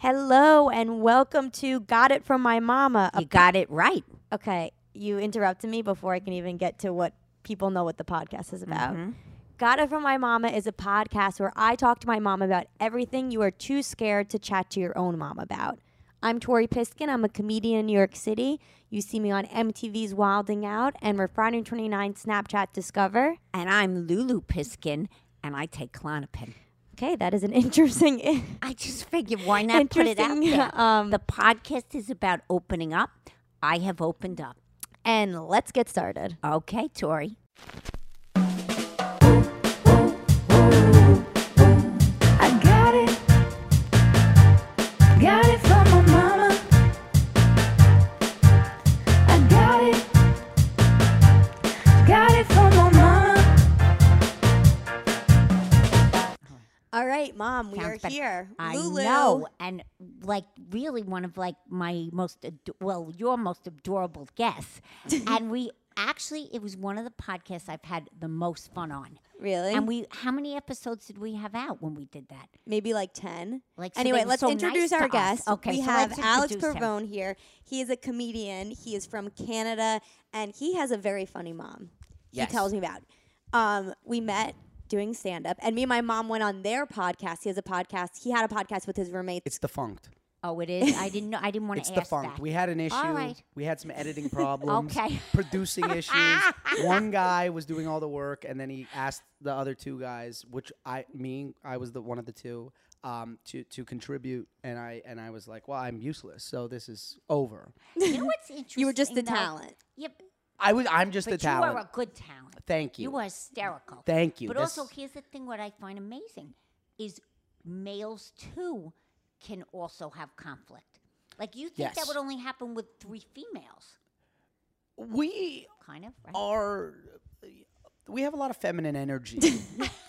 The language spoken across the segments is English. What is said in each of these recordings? Hello and welcome to Got It From My Mama. a You got it right. Okay, you interrupted me before I can even get to what people know what the podcast is about. Mm-hmm. Got It From My Mama is a podcast where I talk to my mom about everything you are too scared to chat to your own mom about. I'm Tori Piskin. I'm a comedian in New York City. You see me on MTV's Wilding Out and Refinery 29 Snapchat Discover. And I'm Lulu Piskin, and I take Clonopin. Okay, that is an interesting, I just figured why not put it out Interesting, there? um, the podcast is about opening up. I have opened up. and let's get started. Okay, Tori. I got it. Got it from my mama. I got it. Got it from my mama. All right, mom, we Sounds are better. here. I Lulu. know, and like really one of like my most ad- well, your most adorable guests, and we actually it was one of the podcasts I've had the most fun on. Really? And we, how many episodes did we have out when we did that? maybe like 10. Like, so anyway, they were let's so introduce nice to our us. guest. Okay, we so have let's Alex introduce him. Pervone here. He is a comedian. He is from Canada, and he has a very funny mom. Yes. He tells me about. Um, we met doing stand up, and me and my mom went on their podcast. He has a podcast. He had a podcast with his roommates. It's defunct. Oh, it is. I didn't know. I didn't want It's to ask defunct. that. We had an issue. right. We had some editing problems. Okay. Producing issues. One guy was doing all the work, and then he asked the other two guys, which I, me, I was the one of the two, um, to to contribute, and I and I was like, well, I'm useless, so this is over. you know what's interesting? you were just a though? talent. Yep. I was. I'm just But a talent. you are a good talent. Thank you. You are hysterical. Thank you. But This- also, here's the thing: what I find amazing is males too can also have conflict. Like you think that Yes. would only happen with three females, we kind of, Oh. right? are. We have a lot of feminine energy,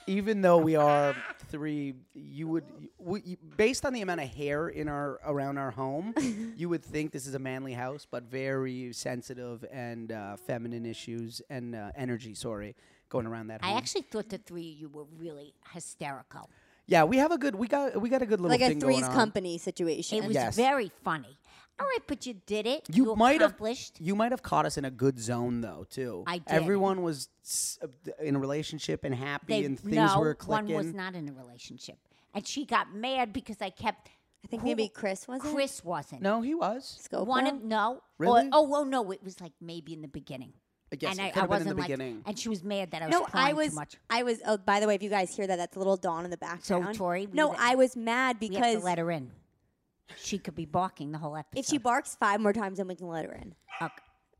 even though we are three. You would, we, you- based on the amount of hair in our around our home, you would think this is a manly house, but very sensitive and uh, feminine issues and uh, energy. Sorry, going around that. I home. actually thought the three of you were really hysterical. yeah, we have a good. We got we got a good little Like a thing going threes on. company situation. It was Yes. very funny. All right, but you did it. You, might have accomplished. you might have caught us in a good zone though too. I did. Everyone was s- uh, in a relationship and happy, They- and things no, were clicking. one was not in a relationship, and she got mad because I kept. I think Who- maybe Chris wasn't. Chris wasn't. No, he was. Scopro? One of no. or- Really? oh, well, no. It was like maybe in the beginning. I guess and it I, could I have been in wasn't the like, beginning. and she was mad that I was No, crying I was. too much. I was. Oh, by the way, if you guys hear that, that's a little Dawn in the background. Tori, we no, let- I was mad We have to because let her in. She could be barking the whole episode. if she barks five more times, then we can let her in.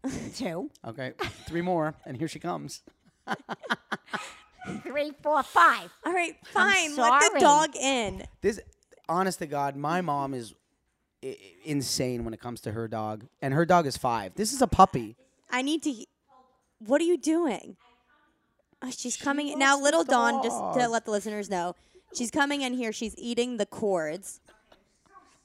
Okay. two, Okay, three more, and here she comes. three, four, five. All right, fine. Let the sorry. dog in. This, honest to God, my mom is i- i- insane when it comes to her dog, and her dog is five. This is a puppy. I need to. He- what are you doing? Oh, she's coming in- now, loves the little Dawn. Just to dog. let the listeners know, she's coming in here. She's eating the cords.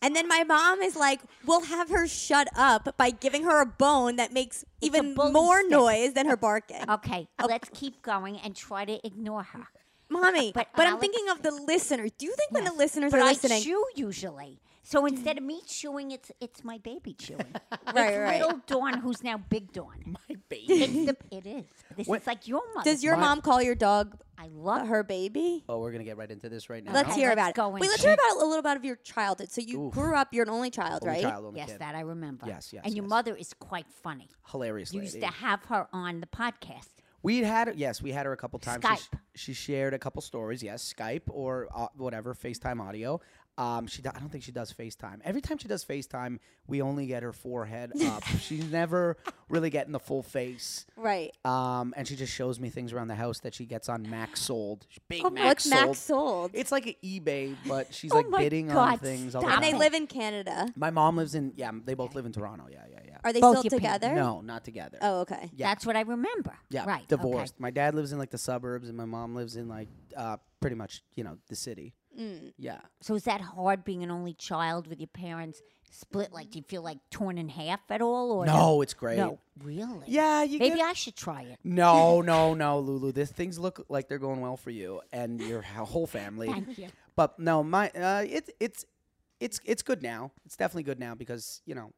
And then my mom is like, "We'll have her shut up by giving her a bone that makes a even bully more stick. noise than her barking." Okay, let's keep going and try to ignore her. Mommy, but, But I'm Alex- thinking of the listener. Do you think when the listeners but are I listening, chew usually. So instead of me chewing, it's it's my baby chewing. right, It's right. Little Dawn, who's now Big Dawn. My baby. It's the, it is. This is What- like your mother. does your My- mom call your dog I love her. her baby? Oh, we're gonna get right into this right now. Let's Okay, hear let's about go it. in. Wait, let's hear about a little bit of your childhood. So you grew up. You're an only child, Only right? child, only Yes, kid. that I remember. Yes, yes, And your yes. mother is quite funny. hilarious You lady. used to have her on the podcast. we had her- yes, we had her a couple times. She, sh- Skype. she shared a couple stories. Yes, Skype or uh, whatever FaceTime audio. Um, she do- I don't think she does FaceTime. Every time she does FaceTime, we only get her forehead up. She's never really getting the full face. Right. Um, and she just shows me things around the house that she gets on Max Sold. Big Max What's Sold. Max sold? It's like an eBay, but she's Oh like my bidding on God, things. All stop the and they time. live in Canada. My mom lives in. Yeah, they both live in Toronto. Yeah, yeah, Are they Both still your parents- together? yeah. No, not together. Oh, okay. Yeah. That's what I remember. Yeah, Right. okay. Divorced. My dad lives in like the suburbs, and my mom lives in like uh, pretty much you know the city. Mm. Yeah. So is that hard being an only child with your parents split? Like, do you feel like torn in half at all? Or No, it's great. No, really. Yeah, you Maybe get- I should try it. No, no, no, Lulu. This things look like they're going well for you and your ho- whole family. Thank you. But no, my uh, it's it's it's it's good now. It's definitely good now because you know,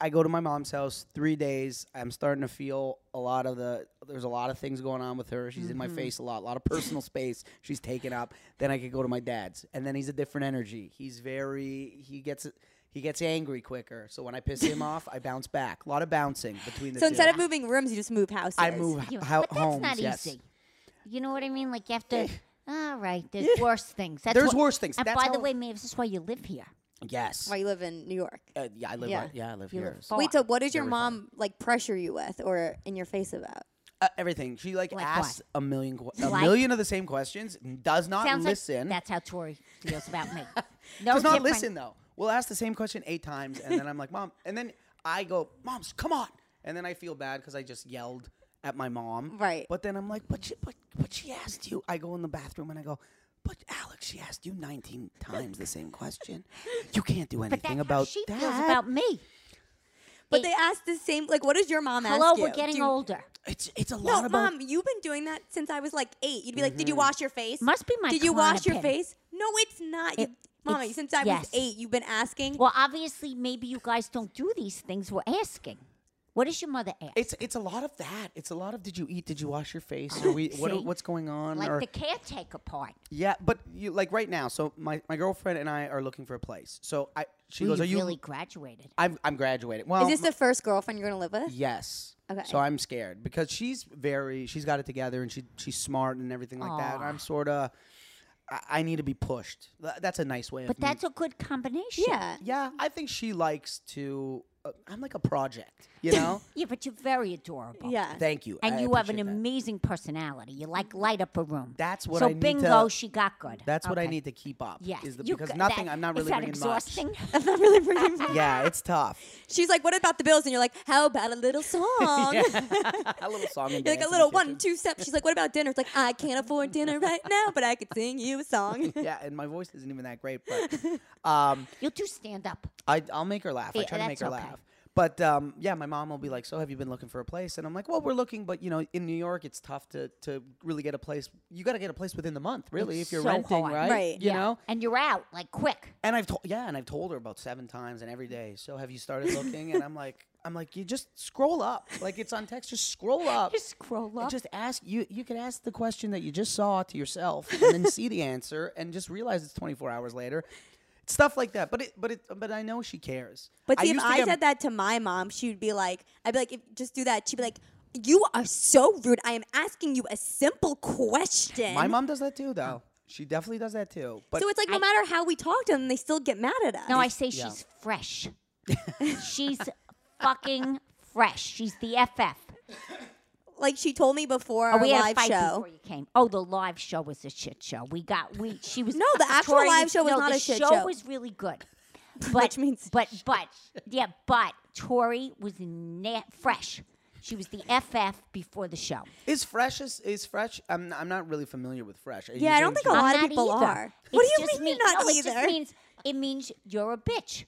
I go to my mom's house three days. I'm starting to feel a lot of the. There's a lot of things going on with her. She's in Mm-hmm. my face a lot. A lot of personal space she's taking up. Then I could go to my dad's, and then he's a different energy. He's very. He gets. He gets angry quicker. So when I piss him off, I bounce back. A lot of bouncing between the So two. instead of moving rooms, you just move houses. I move You- h- how, but that's homes. not yes. Eh. easy. You know what I mean? Like you have to. All right, there's worse things. That's There's wh- worse things. And That's by the how- way, Mavis, this is why you live here. Yes. Why you live in New York? Uh, yeah, I live. Yeah. right- yeah, I live You here. live so- far. Wait, so what does your Very mom fun. like pressure you with or in your face about? Uh, everything. She like, Like asks a million que- a Like- million of the same questions. n- Does not Sounds listen. like that's how Tori feels about me. No, does not different. listen though. We'll ask the same question eight times, and then I'm like, "Mom," and then I go, "Moms, come on!" And then I feel bad because I just yelled at my mom. Right. But then I'm like, "But she, but, but she asked you." I go in the bathroom and I go, "But Alex, she asked you 19 times the same question. You can't do But anything that's how about she that." feels about me. But It- they ask the same like what does your mom Hello, ask you? we're getting Do you- older. it's it's a lot No, about mom, you've been doing that since I was like eight. You'd be like, "Did you wash your face? Must be my Did you wash your clonopin. face? No, it's not. You, It- mommy, it's- since I was yes. eight, you've been asking. Well, obviously, maybe you guys don't do these things we're asking. What does your mother ask? It's it's a lot of that. It's a lot of did you eat? Did you wash your face? Or we See? what, what's going on? like or the caretaker part. yeah, but you like right now. So my, my girlfriend and I are looking for a place. So I she Ooh, goes, you are you? really graduated? I'm I'm graduating. Well, Is this m- the first girlfriend you're gonna live with? yes. Okay. So I'm scared because she's very she's got it together and she she's smart and everything like that. And I'm sort of I, I need to be pushed. Th- That's a nice way. But of me- that's a good combination. Yeah. yeah. I think she likes to. Uh, I'm like a project, you know. Yeah, but you're very adorable. Yeah. Thank you. Uh, And I you have an appreciate that. amazing personality. You like light up a room. That's what so I need bingo, to- she got good. That's what I Okay. need to keep up. Yes. Is the, You because got- nothing, that- I'm not really is that bringing exhausting? I'm not really bringing. much. Yeah, it's tough. She's like, "What about the bills?" And you're like, "How about a little song?" a little song. And You're like a dance in little the one, kitchen. two step. She's like, "What about dinner?" It's like, "I can't afford dinner right now, but I could sing you a song." Yeah, and my voice isn't even that great, but um, You'll do stand up. I, I'll make her laugh. I Yeah, try to make her that's okay. laugh. But um, yeah, my mom will be like, "So have you been looking for a place?" And I'm like, "Well, we're looking, but you know, in New York, it's tough to to really get a place. You got to get a place within the month, really, It's if you're so renting, hard. right? Right. You know." And you're out, like quick. And I've told yeah, and I've told her about seven times, and every day. So have you started looking? and I'm like, I'm like, you just scroll up, like it's on text. Just scroll up. Just scroll And up. Just ask you. You could ask the question that you just saw to yourself, and then see the answer, and just realize it's 24 hours later. Stuff like that. But it, but it, but I know she cares. But see, if used to I get- said that to my mom, she'd be like, I'd be like, if, just do that. She'd be like, you are so rude. I am asking you a simple question. my mom does that too, though. She definitely does that too. But Oh. so it's like no matter how we talk to them, they still get mad at us. no, I say Yeah. she's fresh. she's fucking fresh. She's the FF. like she told me before Oh, our we had a live fight show. before you came. Oh, the live show was a shit show. We got we. She was No, the actual Tori live show was no, not the a shit show. show. was really good, but, Which means but but yeah, but Tori was na- fresh. She was the FF before the show. is fresh is, is fresh? I'm I'm not really familiar with fresh. Are you Yeah, I don't saying think she- a lot I'm of not people either. are. What It's do you just mean you're not no, It either? just means it means you're a bitch.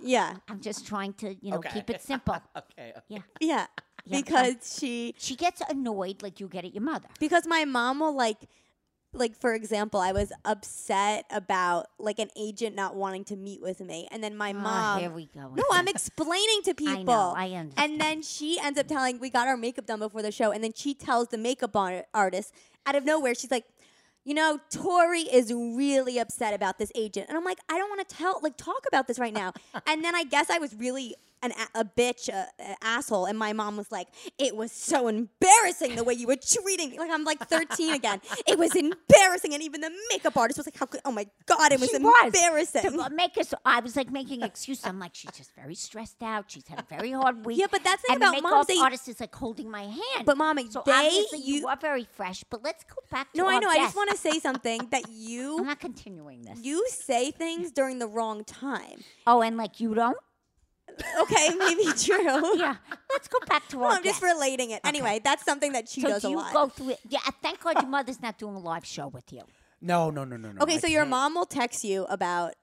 yeah, I'm just trying to you know Okay. keep it simple. Okay. yeah, yeah, Yeah. because she she gets annoyed like you get at your mother. because my mom will like like for example i was upset about like an agent not wanting to meet with me and then my mom Oh, here we go. no i'm explaining to people I and understand. then she ends up telling we got our makeup done before the show and then she tells the makeup ar- artist out of nowhere she's like you know, Tori is really upset about this agent. And I'm like, I don't want to tell, like, talk about this right now. and then I guess I was really an, a a bitch, uh, a, an asshole. And my mom was like, it was so embarrassing the way you were treating me. Like, I'm like 13 again. It was embarrassing. And even the makeup artist was like, how could, oh my God, it was She embarrassing. To uh, make us, I was like making excuses. I'm like, she's just very stressed out. She's had a very hard week. Yeah, but that's the thing and about the moms, makeup they- artist is like holding my hand. But, Mommy, so they- obviously you, you- are very fresh. But let's go back to no, I our Uh-huh. know. I just guest. want to say something that I'm you not continuing this. you say things during the wrong time. oh, and like you don't. Okay, maybe true. Yeah, let's go back to Well, our I'm just guest. relating it. Anyway, that's something that she so does do a you lot. go through it? Yeah, thank God your mother's not doing a live show with you. No, no, no, no, no. okay, I so your can't. mom will text you about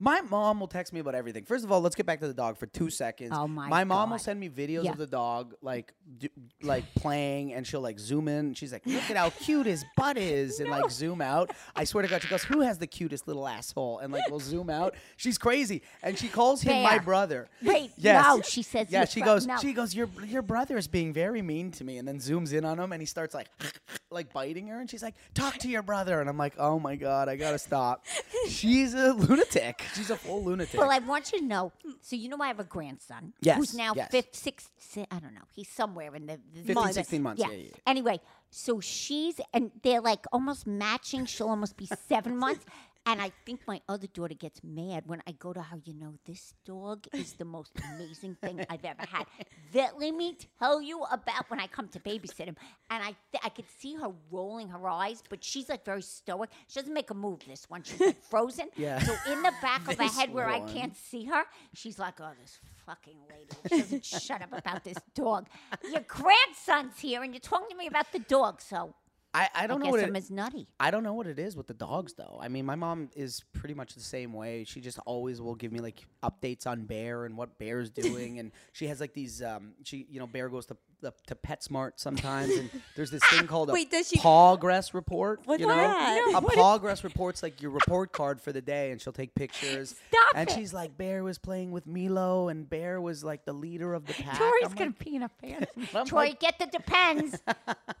My mom will text me about everything. First of all, let's get back to the dog for two seconds. Oh my mom will God. send me videos Yeah. of the dog like d- like playing, and she'll like zoom in. And she's like, "Look at how cute his butt is," and like zoom out. I swear to God, she goes, "Who has the cutest little asshole?" And like we'll zoom out. She's crazy, and she calls him my Bear. brother. Wait, Yes. no, she says. Yeah, your she bro- goes. No. She goes. Your your brother is being very mean to me, and then zooms in on him, and he starts like like biting her, and she's like, "Talk to your brother," and I'm like, "Oh my god, I gotta stop." She's a lunatic. She's a full lunatic. Well, I want you to know. So you know, I have a grandson Yes, who's now yes. fifth, sixth. si- I don't know. He's somewhere in the, the 15, months. 16 months, yeah, yeah, yeah. Anyway, so she's and they're like almost matching. She'll almost be seven months. And I think my other daughter gets mad when I go to her. You know, this dog is the most amazing thing I've ever had. That let me tell you about when I come to babysit him. And I, th- I could see her rolling her eyes, but she's like very stoic. She doesn't make a move. This one, she's like frozen. Yeah. So in the back of her This head where I one. can't see her, she's like, "Oh, this fucking lady. She doesn't shut up about this dog. Your grandson's here, and you're talking to me about the dog. So I, I I, don't know guess what I'm it, as nutty. I don't know what it is with the dogs though. I mean, my mom is pretty much the same way. She just always will give me like updates on Bear and what Bear's doing, and she has like these. Um, she you know Bear goes to the, to PetSmart sometimes, and there's this thing called a Wait, does she- progress report. What's you know, that? No, a progress report's like your report card for the day, and she'll take pictures. Stop and it. she's like, Bear was playing with Milo, and Bear was like the leader of the pack. Tori's I'm gonna like, pee in a pants. I'm Tori, like- get the depends.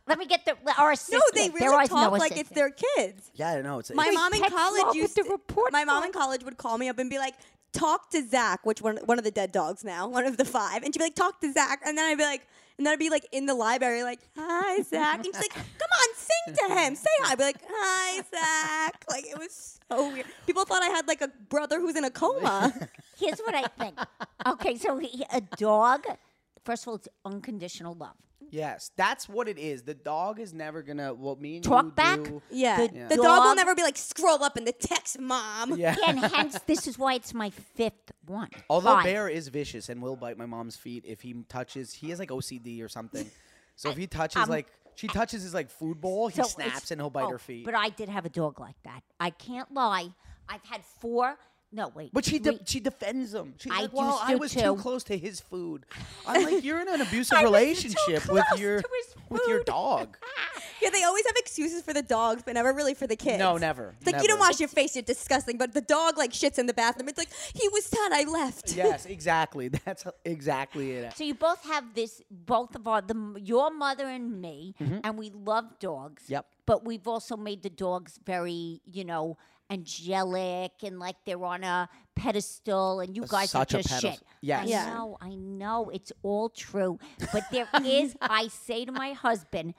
Let me get the our No, assistant. Oh, they there really was talk no like it's assistant. their kids. yeah, I know. It's My it's- mom in text mom college with used the to- report My mom in card. college would call me up and be like, "Talk to Zach," which one one of the dead dogs now, one of the five, and she'd be like, "Talk to Zach," and then I'd be like, and then I'd be like in the library, like, "Hi, Zach," and she's like, "Come on, sing to him, say hi." I'd be like, "Hi, Zach." Like it was so weird. People thought I had like a brother who's in a coma. Here's what I think. Okay, so he, a dog. First of all, it's unconditional love. Yes, that's what it is. The dog is never gonna. Well, me and Talk you back. do- Yeah. The The, Yeah. dog, will dog- never be like, scroll up in the text, mom. Yeah. Yeah, and hence this is why it's my fifth one. Although Five. Bear is vicious and will bite my mom's feet if he touches. He has like OCD or something. So if he touches um, like she touches his like food bowl, he So snaps it's- and he'll bite oh, her feet. But But, I did have a dog like that. I can't lie. I've had four. No, wait. she de- three. she defends him. She's I like, "Well, used I to was too." too close to his food." I'm like, "You're in an abusive I was too relationship with close your to his with your food. dog." Yeah, they always have excuses for the dogs, but never really for the kids. No, never, It's like you don't never. wash your face, you're disgusting. But the dog like shits in the bathroom. It's like he was done, I left. yes, exactly. That's exactly it. so you both have this. Both of our, the m- your mother and me, and we love dogs. Mm-hmm. Yep. But we've also made the dogs very, you know, angelic and like they're on a pedestal, and you guys Such are a just pedestal. shit. Yes. I Yeah. know. "Oh, I know. It's all true. But there is. I say to my husband.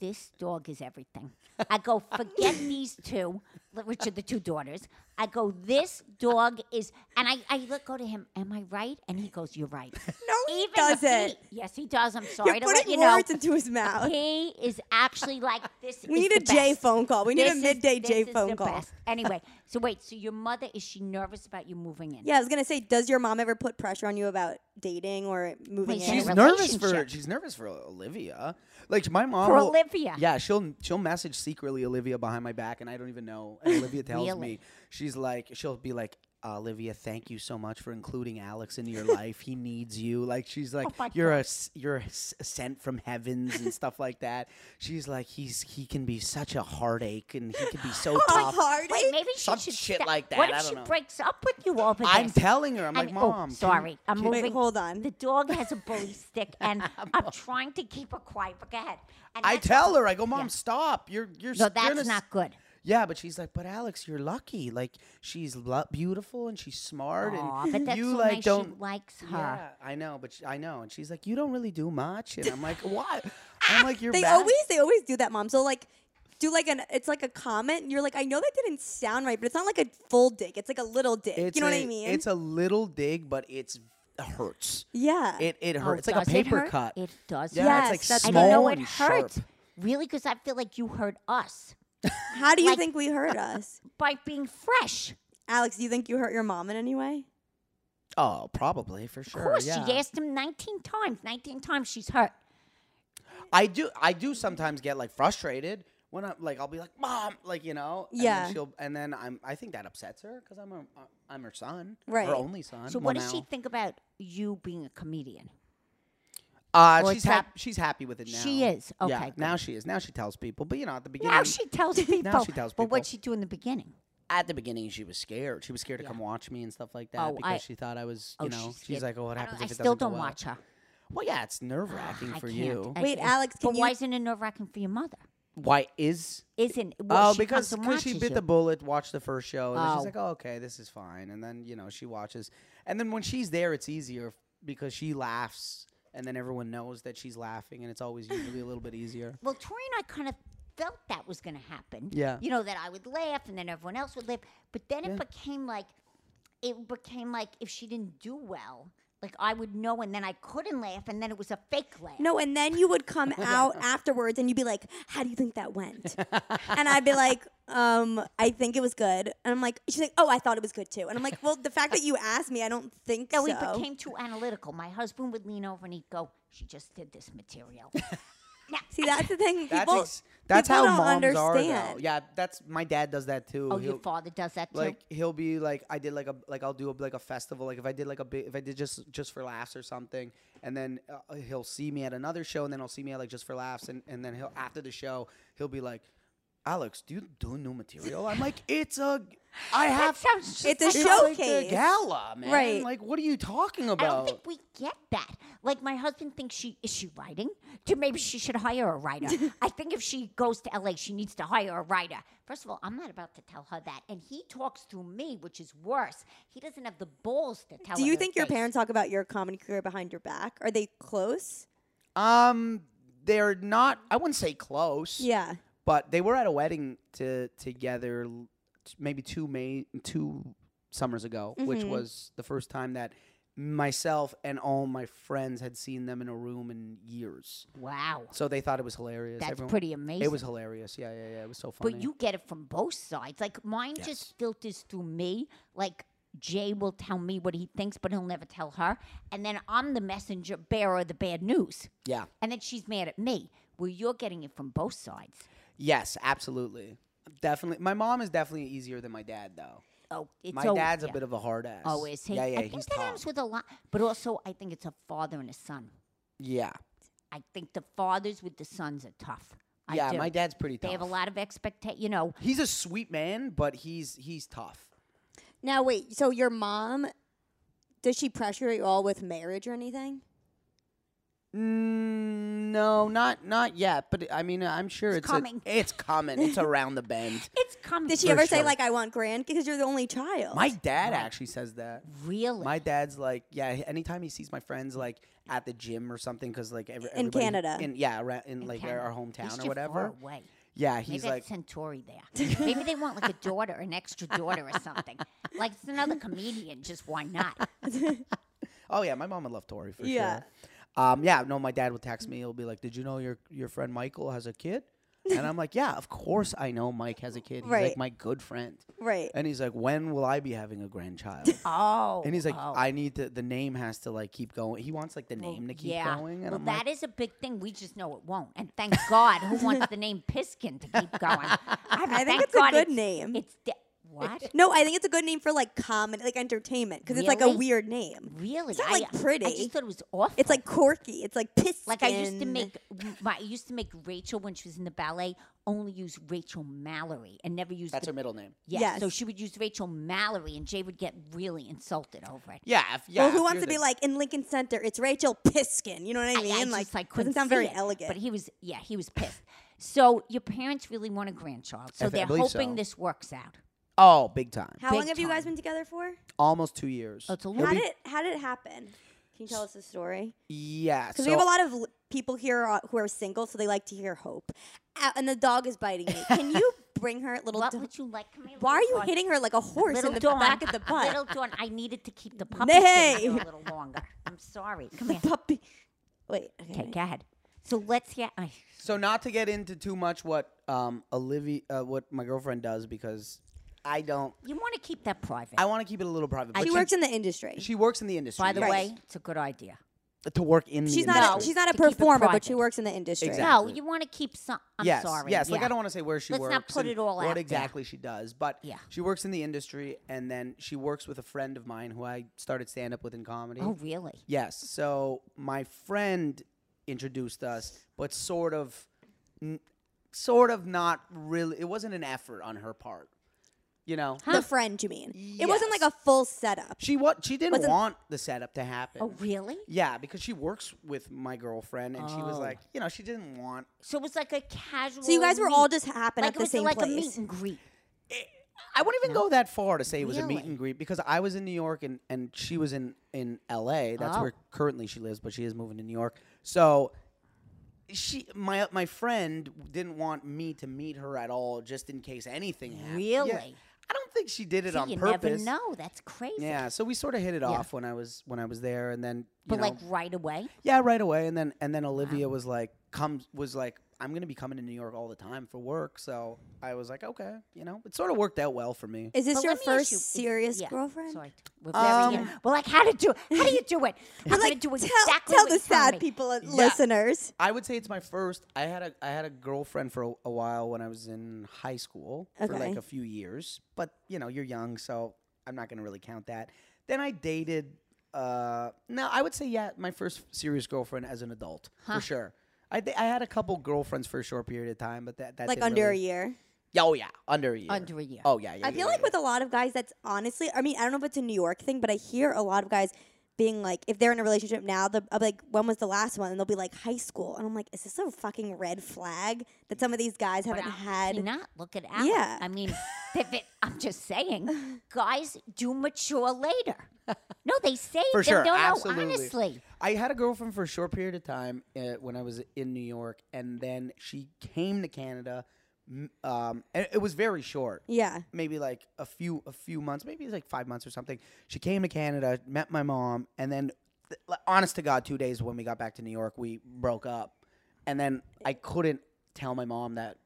this dog is everything. I go, forget these two, which are the two daughters. I go, this dog is, and I, I look, go to him, am I right? And he goes, you're right. No, he Even doesn't. He, yes, he does. I'm sorry You're to let putting you words know. into his mouth. He is actually like this. We is need the a J best. phone call. We need This a is- midday this J is phone the call. best. Anyway, so wait, so your mother is she nervous about you moving in? Yeah, I was gonna say, does your mom ever put pressure on you about dating or moving Wait, in? She's a nervous for relationship. she's nervous for Olivia. Like my mom For will- Olivia. Yeah, she'll she'll message secretly Olivia behind my back, and I don't even know. And Olivia tells Really? me she's like she'll be like. "Uh, Olivia, thank you so much for including Alex into your life. He needs you. Like she's like Oh my you're a s- you're a s- sent from heavens and stuff like that. She's like he's he can be such a heartache and he can be so a tough. heartache. Wait, maybe she Some should shit sta- like that, What if I she don't know. breaks up with you over I'm this? telling her. I'm I like, mean- oh, mom. can- sorry, I'm can- moving. Wait, hold on. The dog has a bully stick, and I'm trying to keep her quiet. But go ahead. And I that's- tell her. I go, mom, stop. You're you're. No, s- you're in a that's s- not good. Yeah, but she's like, but Alex, you're lucky. Like she's lo- beautiful and she's smart, Aw, and but that's you so like nice. don't. She likes her. yeah, I know, but sh- I know, and she's like, you don't really do much, and I'm like, what? I'm like, you're. they bad." always they always do that, mom. So like do like an it's like a comment and you're like, I know that didn't sound right, but it's not like a full dig. It's like a little dig. It's you know a, what I mean? It's a little dig, but it's it hurts. yeah. It it Oh, hurts. it's like a does it paper hurt? cut. It does. Yeah, Yes, it's like that's- I small don't know. It and sharp. hurts. Really, because I feel like you hurt us How do you like- think we hurt us? by being fresh. Alex, do you think you hurt your mom in any way? Oh, probably for sure. Of course, yeah. she asked him 19 times. 19 times she's hurt. I do I do sometimes get like frustrated when I'm like, I'll be like, mom, like you know, and Yeah. Then she'll and then I'm. I think that upsets her because I'm her, I'm her son, Right. Her only son. So Well, what does now- she think about you being a comedian? Uh, Or she's it's like- hap- she's happy with it now. She is? Yeah, Okay, good. now she is. Now she tells people, but you know, at the beginning, Now she tells people. she tells But what'd she do in the beginning? at the beginning, she was scared. She was scared to come watch me and stuff like that Oh, because I- she thought I was, you Oh, know, she's she's, scared. like, oh, what I, happens I if it still doesn't don't go well? watch her. Well, yeah, it's nerve wracking I for can't. you. I Wait, can't. Alex, can but why you- isn't it nerve wracking for your mother? Why is? Isn't well, Oh, she because comes and 'cause she watches bit you. the bullet, watched the first show, and then Oh. she's like, oh, okay, this is fine. And then you know, she watches, and then when she's there, it's easier f- because she laughs, and then everyone knows that she's laughing, and it's always usually a little bit easier. Well, Tori and I kind of felt that was going to happen. Yeah. You know, that I would laugh and then everyone else would laugh. But then it became like, it became like if she didn't do well, like I would know and then I couldn't laugh and then it was a fake laugh. No, and then you would come out afterwards and you'd be like, How do you think that went? and I'd be like, um, I think it was good. And I'm like, She's like, Oh, I thought it was good too. And I'm like, Well, the fact that you asked me, I don't think No, so. it became too analytical. My husband would lean over and he'd go, She just did this material. "Oh, now, See, that's the thing. That's People, ex- that's people how don't moms are understand. though. Yeah, that's my dad does that too. oh, He'll- your father does that too. like he'll be like I did like a like I'll do a, like a festival like if I did like a big if I did just just for laughs or something and then uh, he'll see me at another show and then I'll see me at like just for laughs and and then he'll after the show he'll be like Alex do you do new material I'm like it's a I that have sounds just It's a like it's show. like the showcase. gala man Right. like what are you talking I don't about think we get that. Like my husband thinks she is she writing? Do- Maybe she should hire a writer. I think if she goes to LA, she needs to hire a writer. First of all, I'm not about to tell her that, and he talks through me, which is worse. He doesn't have the balls to tell. Do her you her think your face. parents talk about your comedy career behind your back? Are they close? um they're not I wouldn't say close Yeah. but they were at a wedding to together l- t- maybe two May two summers ago, Mm-hmm. which was the first time that myself and all my friends had seen them in a room in years. Wow, So they thought it was hilarious. that's Everyone- pretty amazing. It was hilarious. Yeah, yeah, yeah. It was so funny. but you get it from both sides. Like mine Yes. just filters through me. Like Jay will tell me what he thinks, but he'll never tell her. And then I'm the messenger bearer of the bad news. yeah. and then she's mad at me. Well, you're getting it from both sides. Yes, absolutely. Definitely. My mom is definitely easier than my dad, though. Oh, it's My dad's a bit of a hard ass. oh, is he? Yeah, yeah. I think he's that tough. happens with a lot, but also I think it's a father and a son. yeah, I think the fathers with the sons are tough. I yeah. do. My dad's pretty tough. They have a lot of expectation. You know, He's a sweet man, but he's he's tough. Now wait, so your mom does she pressure you all with marriage or anything? Mm, no, not not yet. But I mean, I'm sure it's a- coming. it's coming. It's around the bend. it's coming. Did she For ever say sure. like I want grand because you're the only child? My dad actually says that. really? My dad's like, yeah. Anytime he sees my friends like at the gym or something, because like every, In everybody- Canada. in, yeah, around, in, like Canada. our At hometown least or you're Far whatever. away. Yeah, he's Maybe like, that's Centauri there. Maybe they want like a daughter, an extra daughter or something. Like it's another comedian. Just why not? oh yeah, my mom would love Tori for Yeah. sure. Um, yeah, no, my dad would text me. He'll be like, "Did you know your your friend Michael has a kid?" And I'm like, "Yeah, of course I know Mike has a kid. He's Right. like my good friend." Right. And he's like, "When will I be having a grandchild?" Oh, And he's like, oh. I need to, the name has to like keep going. He wants like the name to keep yeah. going. And well, I'm that like, is a big thing. We just know it won't. And thank God, who wants the name Piskin to keep going? I, I mean, think thank it's a God good name. It's de- what? No, I think it's a good name for like comedy, like entertainment, because it's like a Really? weird name. really? It's not, I- like, I pretty. just thought it was awful. It's like quirky. It's like piss. like I used to make. My, I used to make Rachel when she was in the ballet only use Rachel Mallory and never use that's the, her middle name. yes. Yes. So she would use Rachel Mallory, and Jay would get really insulted over it. Yeah. If, yeah well, if who wants you're to be the- like in Lincoln Center? It's Rachel Piskin. You know what I mean? I, I like, just, like doesn't couldn't sound see very it, elegant. But he was, yeah, he was pissed. So your parents really want a grandchild, so I thi- I they're believe hoping so. this works out. Oh, big time. How long big have you guys time. been together for? Almost two years. Oh, it's a It'll lot. How be- did how did it happen? Can you tell us the story? Yeah. Because so- we have a lot of l- people here uh, who are single, so they like to hear hope. Ow, and the dog is biting me. Can you bring her little? What do- would you like? Come here, Why are little you Dawn. hitting her like a horse little in the Dawn, back of the butt? Little Dawn, I needed to keep the puppy sitting here Nay. a little longer. I'm sorry. Come here. puppy. Wait. Okay, go ahead. So let's yeah. I, So not to get into too much what um Olivia, uh, what my girlfriend does because I don't. you want to keep that private. I want to keep it a little private. but She works in the industry. She works in the industry. By the yes. way, it's a good idea. to work in the She's not. No, a, she's not a to keep it performer, but private. she works in the industry. Exactly. No, you want to keep some. I'm yes, sorry. yes. Like yeah. I don't want to say where she Let's works. not put and it all out What there. exactly she does, but Yeah. she works in the industry, and then she works with a friend of mine who I started stand up with in comedy. Oh, really? Yes. So my friend introduced us, but sort of, n- sort of not really. It wasn't an effort on her part, you know. The friend, you mean? It wasn't Yes. like a full setup. She wa- She didn't Wasn't- want the setup to happen. Oh, really? Yeah, because she works with my girlfriend, and she Oh. was like, you know, she didn't want. So it was like a casual. So you guys were all meet- just happen like at it the was same like place. a meet and greet. I wouldn't even go that far to say it was a meet Really? and greet because I was in New York and, and she was in in L.A. That's Oh. where currently she lives, but she is moving to New York. So she my my friend didn't want me to meet her at all, just in case anything happened. Yeah. Really? I don't think she did it See, on you purpose. never know. That's crazy. Yeah, so we sort of hit it off when I was when I was there, and then you But know, like right away. yeah, right away. And then and then Olivia was like, comes was like, I'm gonna be coming to New York all the time for work. So I was like, okay, you know, it sort of worked out well for me. Is this But your let me ask first you- serious yeah, girlfriend? Um, Sorry, we're very in- Well, like how to do? How do you do it? I'm Like, gonna do tell, exactly tell what the you tell sad me. people, uh, listeners. I would say it's my first. I had a I had a girlfriend for a, a while when I was in high school for Okay. like a few years. But you know, you're young, so I'm not gonna really count that. Then I dated. Uh, no, I would say yeah, my first serious girlfriend as an adult for sure. I thi- I had a couple girlfriends for a short period of time, but that, that Like didn't under really- a year. Yeah, oh yeah, under a year. Under a year. Oh yeah. yeah I yeah, feel yeah, like yeah. with a lot of guys, that's honestly. I mean, I don't know if it's a New York thing, but I hear a lot of guys being like, if they're in a relationship now, the I'll be like, when was the last one? And they'll be like, high school, and I'm like, is this a fucking red flag that some of these guys But haven't had? obviously not look at Alex. Yeah. I mean, if it, I'm just saying, guys do mature later. No, they say For they sure, don't absolutely. know honestly. I had a girlfriend for a short period of time uh, when I was in New York, and then she came to Canada. m- Um, and it was very short. Yeah. maybe like a few a few months, maybe it's like five months or something. She came to Canada, met my mom, and then, th- like, honest to God, two days when we got back to New York, we broke up, and then I couldn't tell my mom that.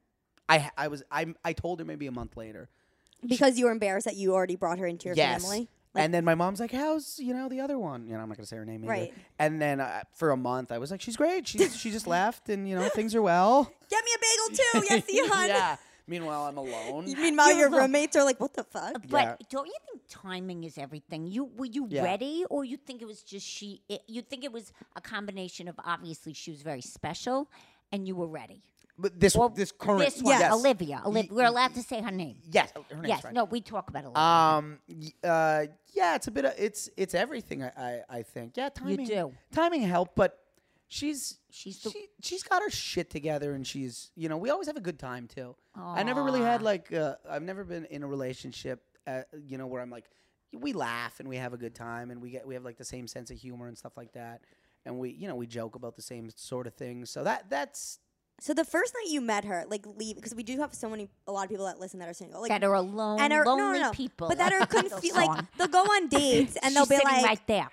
I I was I I told her maybe a month later. Because you were embarrassed that you already brought her into your family. and then my mom's like, "How's you know the other one?" You know, I'm not gonna say her name either. Right. And then uh, for a month, I was like, "She's great. She she just left, and you know things are well." Get me a bagel too. yes, you hun. yeah. Meanwhile, I'm alone. You- Meanwhile, your You're- roommates are like, what the fuck? But Yeah. don't you think timing is everything? You were you Yeah. ready, or you think it was just she? It, you think it was a combination of obviously she was very special, and you were ready. But this Well, this current this one, yes. Olivia, Olivia. Ye- We're allowed to say her name. Yes. Her name's yes, fine. no, we talk about Olivia. Um. y- Uh. Yeah. It's a bit. Of, it's it's everything. I, I I think. Yeah. Timing. do. Timing helped, but she's she's She's the- she, she's got her shit together, and she's you know we always have a good time too. I never really had like uh, I've never been in a relationship. Uh, you know where I'm like we laugh and we have a good time and we get we have like the same sense of humor and stuff like that, and we you know we joke about the same sort of things. So that that's So the first night you met her, like leave because we do have so many a lot of people that listen that are single, like that are alone, and are no, no, lonely no, people, but that are Little confused. like song. they'll go on dates and they'll She's be sitting like, right there.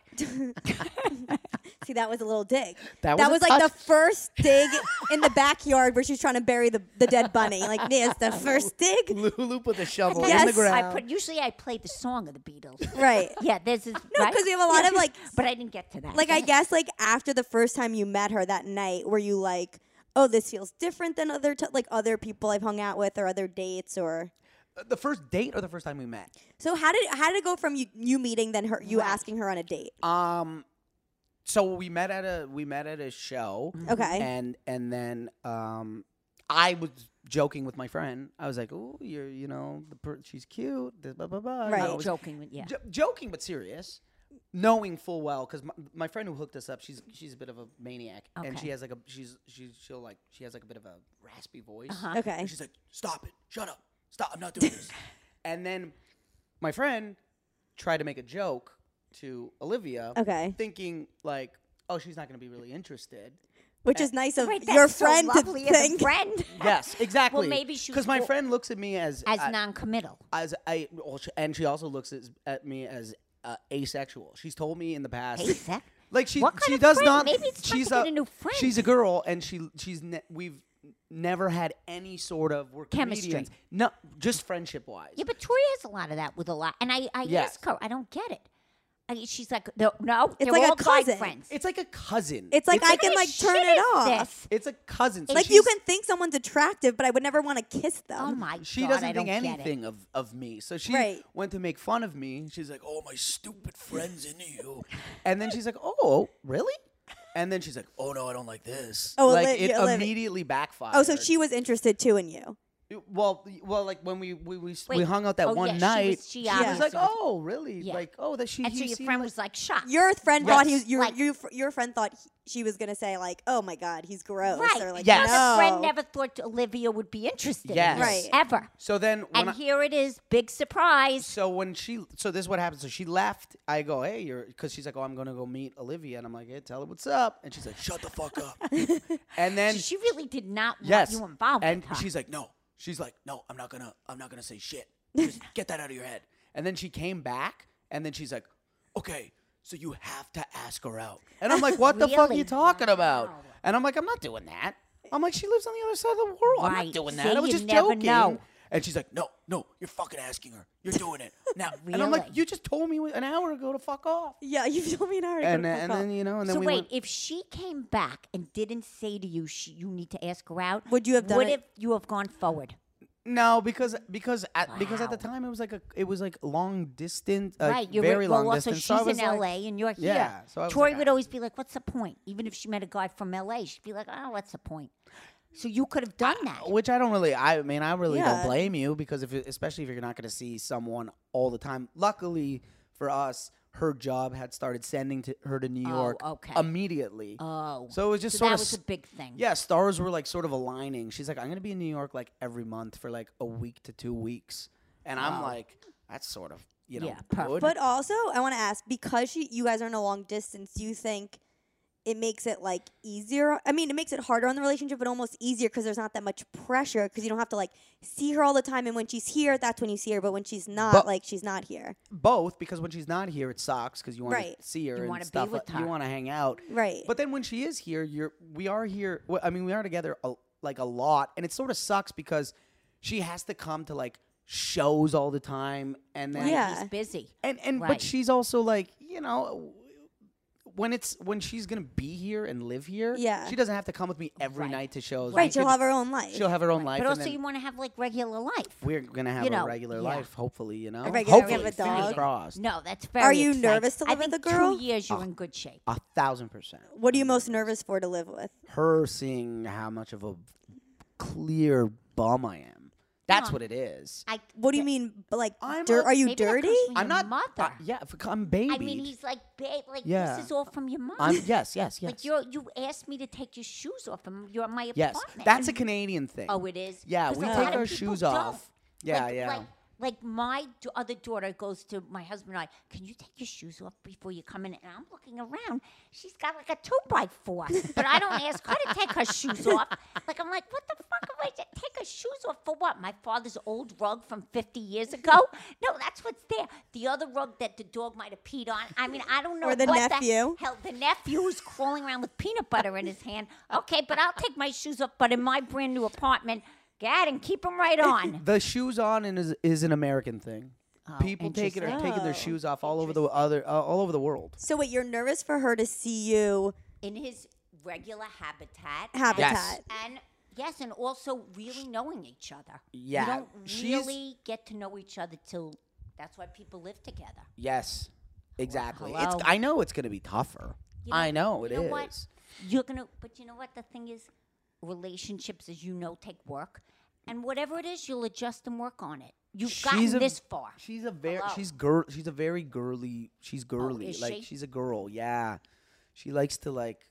"See, that was a little dig. That that was was a like the touch." first dig in the backyard where she's trying to bury the the dead bunny. Like this, the first dig, Lulu put the shovel in the Yes, ground. I put. Usually, I play the song of the Beatles. right? Yeah, there's this. No, 'cause we have a lot of, like- but I didn't get to that. Like I guess like after the first time you met her that night, were you like, "Oh, this feels different than other t- like other people I've hung out with or other dates or." the first date or the first time we met. So how did how did it go from you, you meeting then her you asking her on a date? Um, so we met at a we met at a show. Okay. And and then um, I was joking with my friend. I was like, "Oh, you're you know the per- she's cute." the Blah blah blah. you know, Right. I was joking with yeah. jo- joking but serious, knowing full well because my, my friend who hooked us up, she's she's a bit of a maniac, and she Okay. has like a she's she's she'll like she has like a bit of a raspy voice. Uh-huh. Okay. And she's like, stop it. Shut up. Stop. I'm not doing this. and then my friend tried to make a joke to Olivia. Okay. Thinking, like, oh, she's not going to be really interested. Which is nice of Wait, your that's so friend to lovely of a think. friend Yes, exactly. maybe she was Because my bo- friend looks at me as. as I- non-committal. as I, well, she- and she also looks as, at me as uh, asexual. She's told me in the past. Asexual? Like she, What kind she of does friend? not. Maybe it's fun she's to get a new friend. She's a girl, and she, she's, ne- we've never had any sort of we're Chemistry. comedians. No, just friendship wise. Yeah, but Tori has a lot of that with a lot, and I I Yes. ask her, I don't get it. I- she's like, no, no they're like a all guy cousin. friends. It's like a cousin. It's like I What can kind like of turn shit it is off. this? It's a cousin. So Like you she's- can think someone's attractive, but I would never want to kiss them. Oh my god! She I doesn't don't think get it. anything of, of me. So she Right. went to make fun of me. She's like, "Oh, my stupid friends in you," and then she's like, "Oh, really?" And then she's like, "Oh no, I don't like this." Oh, like Olivia- it Olivia- immediately backfired. oh, so she was interested too in you. Well, well, like when we we we, we Wait. hung out that Oh, one yeah, she was- night, she she was obviously like, was- "Oh, really?" Yeah. Like, "Oh, that she." And he so your seemed friend like- was like shocked. Your friend thought he Yes. was your Like- you, your friend thought he- she was gonna say like, "Oh my God, he's gross," right. or like, Your Yes. "No." other friend never thought Olivia would be interested Yes. in her, Right. ever. So then, when And I- here it is, big surprise. so when she so this is what happens. So she left. I go, hey, you're because she's like, oh, I'm gonna go meet Olivia, and I'm like, hey, tell her what's up, and she's like, shut the fuck up. and then she really did not yes, want you involved and with her. she's like, no, she's like, no, I'm not gonna, I'm not gonna say shit. Just get that out of your head. And then she came back, and then she's like, okay, so you have to ask her out. And I'm like, what the fuck are you Really? talking about? Wow. And I'm like, I'm not doing that. I'm like, she lives on the other side of the world. I'm not Right. doing See, that. I was you just never joking. know. And she's like, no, no, you're fucking asking her. You're doing it now. And I'm like, Really? you just told me an hour ago to fuck off. Yeah, you told me an hour ago. And, to uh, fuck and off. then, you know, and then so we wait, went- if she came back and didn't say to you, she, you need to ask her out. Would you have done Would it? if you have gone forward? No, because because at, because at the Wow. time it was like a it was like long distance, uh, right, you're very well, long also distance. she's so I in was like- LA and you're here. Yeah, so I was Tori like, would ah. always be like, "What's the point?" Even if she met a guy from LA, she'd be like, "Oh, what's the point?" So you could have done that. which I don't really. I mean, I really Yeah. don't blame you because if it- especially if you're not going to see someone all the time. Luckily for us, her job had started sending to her to New Oh, York okay. immediately. Oh, so it was just so sort that of was a s- big thing. yeah, stars were like sort of aligning. She's like, I'm going to be in New York like every month for like a week to two weeks, and I'm like, that's sort of you know Yeah, perfect. good. But also, I want to ask because she, you guys are in a long distance. Do you think it makes it like easier? I mean, it makes it harder on the relationship, but almost easier because there's not that much pressure because you don't have to like see her all the time. And when she's here, that's when you see her. But when she's not, But- like she's not here, both because when she's not here, it sucks because you want Right. to see her wanna and be stuff. with like- You her. want to hang out, right? But then when she is here, you're we are here. w- I mean, we are together a, like a lot, and it sort of sucks because she has to come to like shows all the time, and then Right, Yeah. he's busy. and and but Right. she's also like you know. w- When it's when she's gonna be here and live here, Yeah. she doesn't have to come with me every Right. night to shows. right? We She'll could- have her own life. she'll have her own life. But and also, then you want to have like regular life. we're gonna have you know, a regular yeah. life, hopefully. You know, A regular- we hopefully, have a fingers dog. crossed. No, that's very. you exciting. nervous to I live with think a girl? Two years, you're in good shape. A thousand percent. what are you most nervous for to live with? her seeing how much of a clear bum I am. That's Huh. what it is. I. What do you mean? but, Like, I'm dir- a- are you Maybe that comes dirty? from I'm your not mother. uh, yeah, if I'm baby. I mean, he's like, babe, like Yeah. this is all from your mom. I'm yes, yes, yes. But you you asked me to take your shoes off from your my yes, apartment. that's a Canadian thing. oh, it is. Yeah, 'Cause we a take lot of our people shoes don't. off. Yeah, Like- yeah. Like, like my d- other daughter goes to my husband and I. Can you take your shoes off before you come in? And I'm looking around. She's got like a two by four, but I don't ask her to take her shoes off. Like I'm like, what the fuck am I to take her shoes off for? What? My father's old rug from 50 years ago? No, that's what's there. The other rug that the dog might have peed on. I mean, I don't know Or the what nephew. Hell, the nephew was crawling around with peanut butter in his hand. Okay, but I'll take my shoes off. But in my brand new apartment, get and keep them right on. the shoes on and is, is an American thing. Oh, People taking are taking their interesting. shoes off all over the other uh, all over the world. So wait, you're nervous for her to see you? In his regular habitat. and- Habitat. And, yes, and also really knowing each other. Yeah, You don't she's- really get to know each other till that's why people live together. Yes, exactly. It's, hello. I know it's going to be tougher. You know- I know it you know what? is. You're gonna, but you know what? The thing is, relationships, as you know, take work, and whatever it is, you'll adjust and work on it. You've gotten a- this far. She's a very Hello. Oh, she's girl. She's a very girly. She's girly. is like she? she's a girl. Yeah, she likes to like.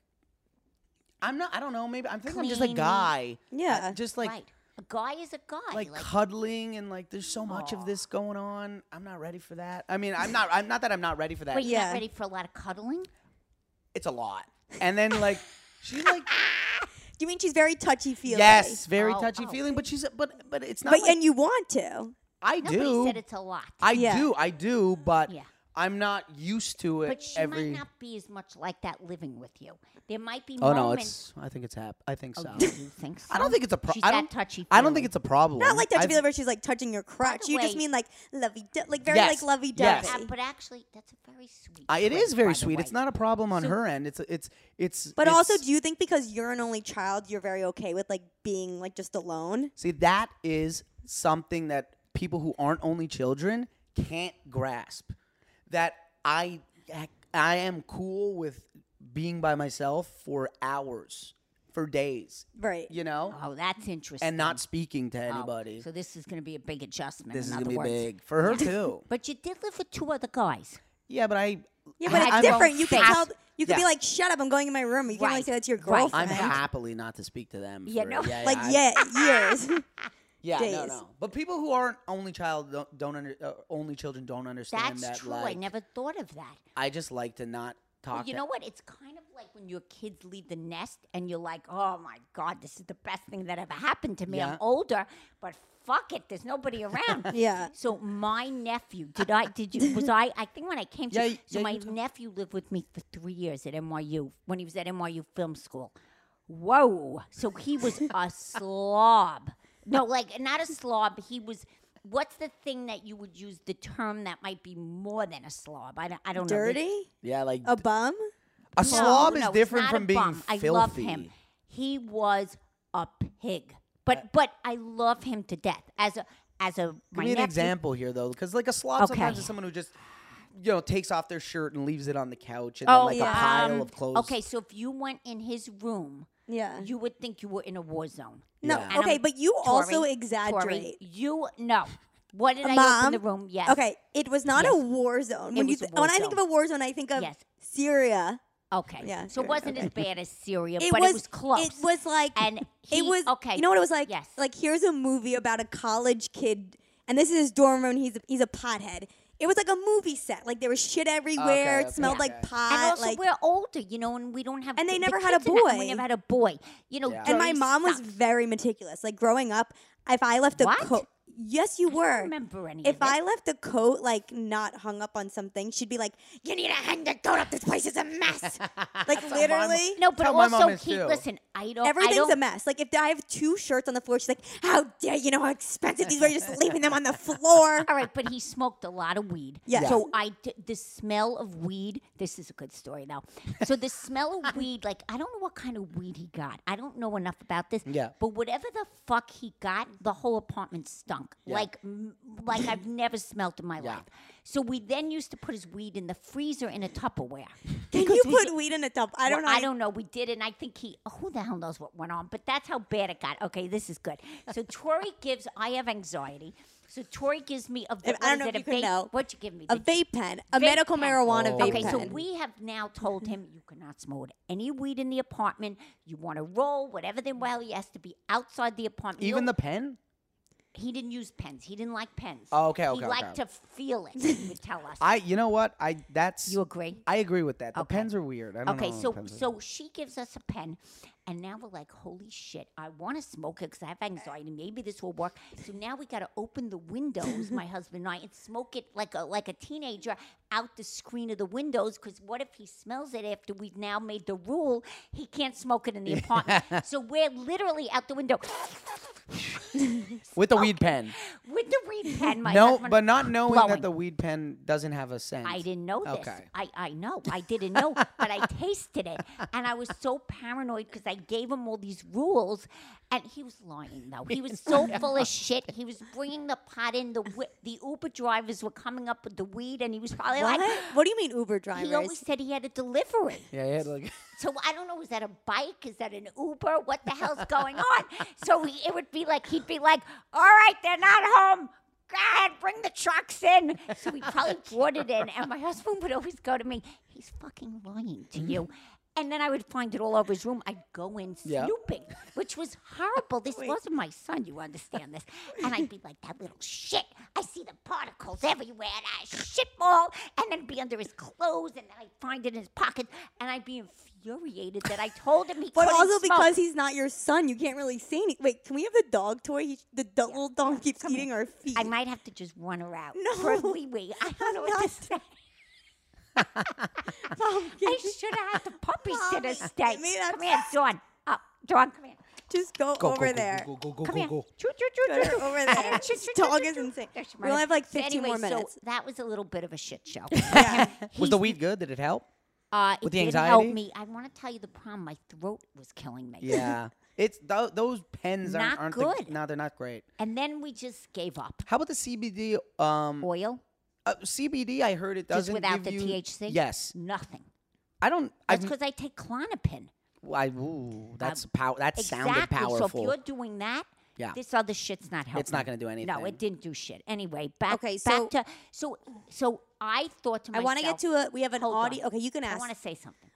I'm not. I don't know. Maybe I'm thinking I'm just a Clean. guy. I- Yeah. just like right. A guy is a guy. like, Like, cuddling and like there's so much of this going on. I'm not ready for that. I mean, I'm not. I'm not that I'm not ready for that. wait, you're Yeah. not ready for a lot of cuddling? It's a lot. And then like she's like Do you mean she's very touchy feely? yes, very Oh, touchy oh. feeling. But she's but but it's not. But like, and you want to. I Nobody do. said it's a lot. I Yeah. do, I do, but Yeah. I'm not used to it But she every. might not be as much like that living with you. There might be oh moments. no, it's. I think it's hap. I think so. Oh, you think so? I don't think it's a problem. She's I that don't, touchy. I don't think it's a problem. Not like touchy I've- feely where she's like touching your crotch. the You just way- mean like lovey, do- like very Yes, like lovey yes. dovey. Uh, but actually, that's a very sweet. I, it trait, is very by the sweet. way. It's not a problem on So- her end. It's it's it's. But also, it's- do you think because you're an only child, you're very okay with like being like just alone? see that is something that people who aren't only children can't grasp. That I I am cool with being by myself for hours, for days. Right. You know, Oh, that's interesting. and not speaking to Oh, anybody. So this is going to be a big adjustment. this is in gonna other be words. big for her too. But you did live with two other guys. Yeah, but I. Yeah, but I- it's I'm- different. You can Yes. tell. You can be Yeah. like, "Shut up! I'm going in my room." You can only Right. say that to your Right. girlfriend. I'm happily not to speak to them. You for- know? yeah, like yeah, I- yeah, years. yeah, no, days. no. But people who aren't only child don't, don't under, uh, only children don't understand That's that. true. I like, never thought of that. I just like to not talk. Well, you to- know what? It's kind of like when your kids leave the nest and you're like, oh my God, this is the best thing that ever happened to me. I'm Yeah. older, but fuck it, there's nobody around. Yeah. So my nephew, did I, did you, was I, I think when I came to, Yeah, y- so yeah, you my told- nephew lived with me for three years at NYU when he was at NYU Film School. Whoa. So he was a slob. No, like not a slob. He was. What's the thing that you would use the term that might be more than a slob? I don't, I don't know. Dirty? Yeah, like A bum? a Oh, No, slob is no, it's different not from a being bum. filthy. I love him. He was a pig, but but I love him to death as a as a Uh, Give my me an nephew- example here, though, because like a slob sometimes Okay. is someone who just. You know, takes off their shirt and leaves it on the couch, and Oh, then like yeah. a pile um, of clothes. Okay, so if you went in his room, Yeah. you would think you were in a war zone. no. Yeah. And Okay, I'm- but you Tori, also Tori, exaggerate. you no. What did I Mom. open the room? Yes. Okay, it was not a war zone. When It you was a th- war when I think of zone. a war zone, I think of Yes. Syria. Okay. Yeah, So sure, it wasn't as bad as Syria, It but was, it was close. It was like And he- it was okay, You know what it was like? yes. Like here's a movie about a college kid, and this is his dorm room. He's a, he's a pothead. It was like a movie set. Like there was shit everywhere. okay, it smelled okay. like And pot. And also, like, we're older, you know, and we don't have. And they the never had a kids are not- boy. We never had a boy, you know. Yeah. and my dirty mom was stuff. very meticulous. Like growing up, if I left a What? coat, yes, you I were. don't remember any If of I it. left a coat like not hung up on something, she'd be like, "You need to hang your coat up. This place is a mess." like how mom- literally, no, but Tell my mom also is he too. listen. I don't. I everything's don't, a mess. Like if I have two shirts on the floor, she's like, "How dare you know how expensive these were? You're just leaving them on the floor." All right, but he smoked a lot of weed. Yes. So I d- the smell of weed. This is a good story now. So the smell of weed, like I don't know what kind of weed he got. I don't know enough about this. Yeah. But whatever the fuck he got, the whole apartment stunk. Yeah. Like m- like I've never smelled in my Yeah. life. So we then used to put his weed in the freezer in a Tupperware. Can you put weed in a tub? I don't Well, know. I don't know. We did, and I think he. Who the hell knows what went on? But that's how bad it got. Okay, this is good. So Tori gives. I have anxiety. So Tori gives me a. I what don't is know it, if a you can vape? know. What you give me? A Did you- vape pen, a vape medical pen. Oh. marijuana vape Okay, pen. so we have now told him you cannot smoke any weed in the apartment. You want to roll whatever the well. He has to be outside the apartment. Even You'll- the pen. he didn't use pens. He didn't like pens. Oh, okay, He okay, liked okay. to feel it. He would tell us. I. You know what? I. That's. you agree? I agree with that. The Okay. pens are weird. I don't Okay, know. so pens are- so she gives us a pen, and now we're like, holy shit, I want to smoke it because I have anxiety. Maybe this will work. So now we got to open the windows, my husband and I, and smoke it like a like a teenager out the screen of the windows. Because what if he smells it after we've now made the rule he can't smoke it in the apartment? so we're literally out the window with the weed pen. with the weed pen. My no, husband- but not knowing blowing. that the weed pen doesn't have a scent. I didn't know this. Okay. I, I know. I didn't know, but I tasted it. And I was so paranoid because I gave him all these rules. And he was lying, though. He was so full of shit. He was bringing the pot in. The wi- the Uber drivers were coming up with the weed, and he was probably What? like, what do you mean Uber he always drivers? said he had a delivery. Yeah, yeah, like So I don't know, is that a bike? Is that an Uber? What the hell's going on? So he, it would be like, he'd be like, all right, they're not home. Go ahead, bring the trucks in. So we probably brought it in. And my husband would always go to me, he's fucking lying to you. And then I would find it all over his room. I'd go in Yeah. snooping, which was horrible. This wasn't my son, you understand this. And I'd be like, that little shit. I see the particles everywhere, and I shit ball, and then be under his clothes, and then I'd find it in his pockets, and I'd be infuriated that I told him he But couldn't also smoke. because he's not your son, you can't really say anything. Wait, can we have the dog toy? He, the do- little dog keeps eating our feet. I might have to just run her out. No. For a wee wee. I don't know I'm what not- to say. I should have had the puppy sitter stay. Come here, Dawn. Up, Dawn. Come here. Just go, Go, go, over go, there. Go, go, go, Come go, here. go. Choo, choo, choo, Go choo, choo. over there. Choo, This choo, choo, dog choo, is choo. insane. They're We only have like So 15 more anyway, minutes. So that was a little bit of a shit show. Was the weed good? Did it help? Uh, With it the did help anxiety? me. I want to tell you the problem. My throat was killing me. Yeah. It's th- those pens aren't, Not aren't good. The, no, they're not great. And then we just gave up. How about the CBD? Um, Oil, uh, CBD. I heard it doesn't just without give the you, THC. Yes, nothing. I don't. That's I've, because I take Clonopin. I ooh, that's pow- That sounded exactly. powerful. So if you're doing that, Yeah. this other shit's not helping. not gonna do No, anything. it didn't do shit. Anyway, back Okay, so- back to so so I thought to I myself. want to get to a. We have an Hold on. audio. Okay, you can I ask. Oh, want to say something.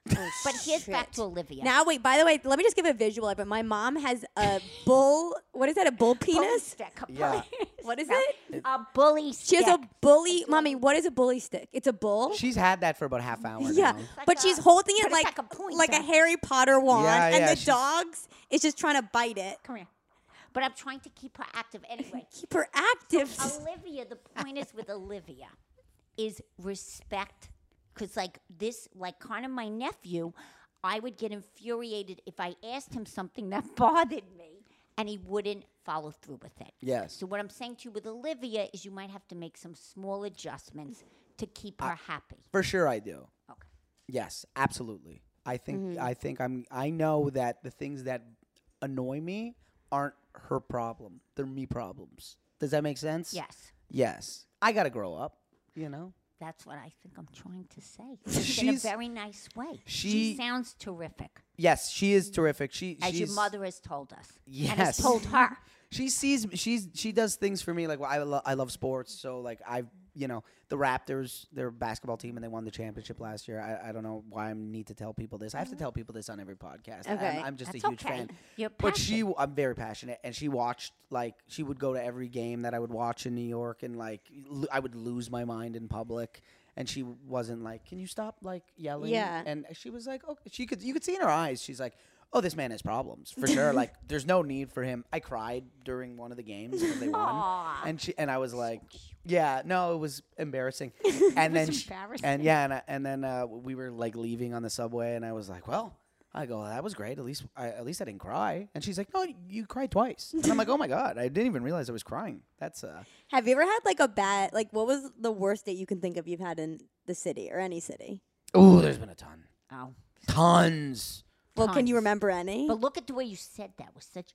but here's back to Olivia. Now, wait. By the way, let me just give a visual. But my mom has a bull. What is that? A bull Bully penis? stick, a Yeah. bully What is stick. it? A bully She stick. has a bully. Mommy, what is a bully stick? It's a bull. She's had that for about half hour. yeah, now. like but she's a- holding it but like it's like a pointer. like a Harry Potter wand, Yeah, and yeah, the she's- dogs is just trying to bite it. Come here. But I'm trying to keep her active anyway. Keep her active. Olivia, the point is with Olivia is respect. Because, like, this, like, Connor, my nephew, I would get infuriated if I asked him something that bothered me and he wouldn't follow through with it. Yes. So, what I'm saying to you with Olivia is you might have to make some small adjustments to keep her happy. for sure I do. Okay. Yes, absolutely. I think Mm-hmm. I think I'm I know that the things that annoy me aren't her problem. They're me problems. Does that make sense? Yes. Yes. I got to grow up, you know. That's what I think I'm trying to say. in a She's- very nice way. she- sounds terrific, Yes, she is terrific. She Mm-hmm. as your she's- mother has told us. And has Yes. told her. She sees she's she does things for me like well, I lo- I love sports so like I you know the Raptors their basketball team and they won the championship last year I, I don't know why I need to tell people this I have to tell people this on every podcast I- I'm- Okay. I'm, just That's a huge Mm-hmm. okay. fan You're but she I'm very passionate and she watched like she would go to every game that I would watch in New York and like lo- I would lose my mind in public and she wasn't like can you stop like yelling Yeah. and she was like okay she could you could see in her eyes she's like oh this man has problems for sure like there's no need for him i cried during one of the games when they won and she and i was like yeah no it was embarrassing and then she- and yeah and, I, and then uh, we were like leaving on the subway and i was like well I go, that was great. At least, I, at least I didn't cry. And she's like, no, you cried twice. And I'm like, oh my god, I didn't even realize I was crying. That's uh, Have you ever had like a bad like what was the worst date you can think of you've had in the city or any city? oh, there's been a ton, Oh. tons. Well, can you Tons. remember any? But look at the way you said that was such,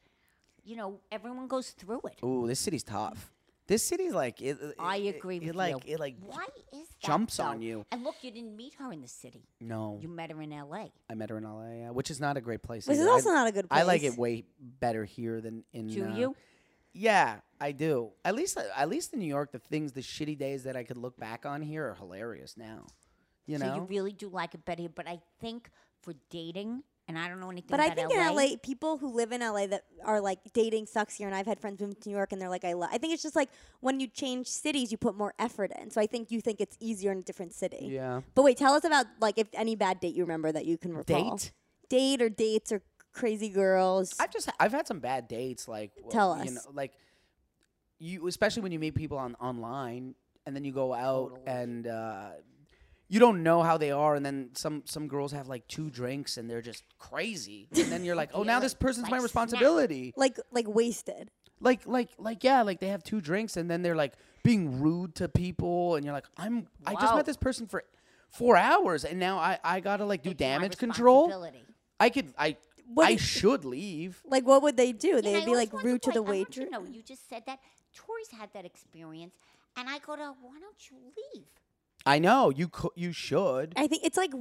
you know, everyone goes through it. Ooh, this city's tough. This city's like, it, it- I it- agree it, with like, you. It like, Why is that? jumps on though? you. And look, you didn't meet her in the city. no, You met her in L.A. I met her in LA, uh, which is not a great place. Which is either. I- also not a good I like place. it way better here than in. Do uh, you? Yeah, I do. At least, uh, at least in New York, the things, the shitty days that I could look back on here are hilarious now. You know, So you really do like it better. But I think for dating, and I don't know anything But I about think LA, in LA, people who live in LA that are like dating sucks here, and I've had friends move to New York, and they're like, I love. I think it's just like when you change cities, you put more effort in. So I think you think it's easier in a different city. Yeah. But wait, tell us about like if any bad date you remember that you can recall. Date? date or dates or crazy girls. I've just I've had some bad dates. Like w- Tell you us. know, like you especially when you meet people on online and then you go out and uh, you don't know how they are, and then some some girls have like two drinks and they're just crazy, and then you're like, oh, now this person's my like responsibility. like like wasted. Like like like yeah, like they have two drinks and then they're like being rude to people, and you're like, I'm I just Wow. met this person for. Four hours, and now I, I gotta like do it's my damage control. responsibility. I could I What I is- should leave. Like what would they do? And I They'd be always like wonder rude to why- the I want waitress. You know, you just said that. Tori's had that experience, and I go to, her, why don't you leave? I know you co- you should. I think it's like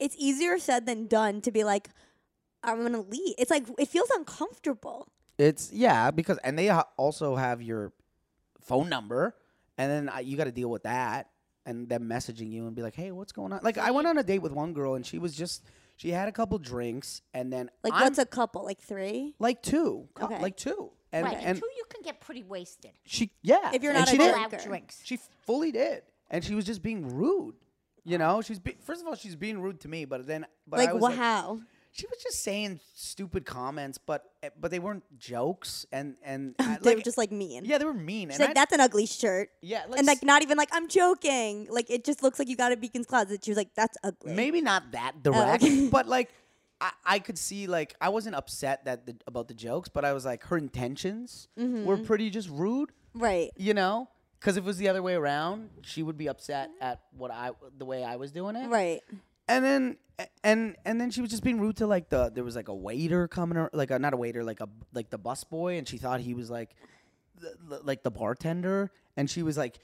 it's easier said than done to be like I'm gonna leave. It's like it feels uncomfortable. It's yeah because and they ha- also have your phone number and then uh, you got to deal with that and them messaging you and be like, "Hey, what's going on?" Like I went on a date with one girl and she was just she had a couple drinks and then Like I'm- what's a couple? Like three? like two, co- Okay. like two. And right, and two, you can get pretty wasted. she yeah. If you're and not a she did. drinker. Loud drinks. She fully did. And she was just being rude. You know, she's be- first of all she's being rude to me, but then but I Like was wha- how? she was just saying stupid comments, but eh, but they weren't jokes, and and I- they were just like mean. yeah, they were mean. She's and like, I- that's an ugly shirt. yeah, like, And s- like not even like I'm joking. Like it just looks like you got a Beacon's closet. She was like, that's ugly. maybe not that Oh." direct, okay. but like I, I could see like I wasn't upset that the, about the jokes, but I was like her intentions Mm-hmm. were pretty just rude, Right. you know. Because if it was the other way around, she would be upset at what I the way I was doing it, Right. and then and and then she was just being rude to like the there was like a waiter coming or like a, not a waiter like a like the bus boy and she thought he was like the, the- like the bartender and she was like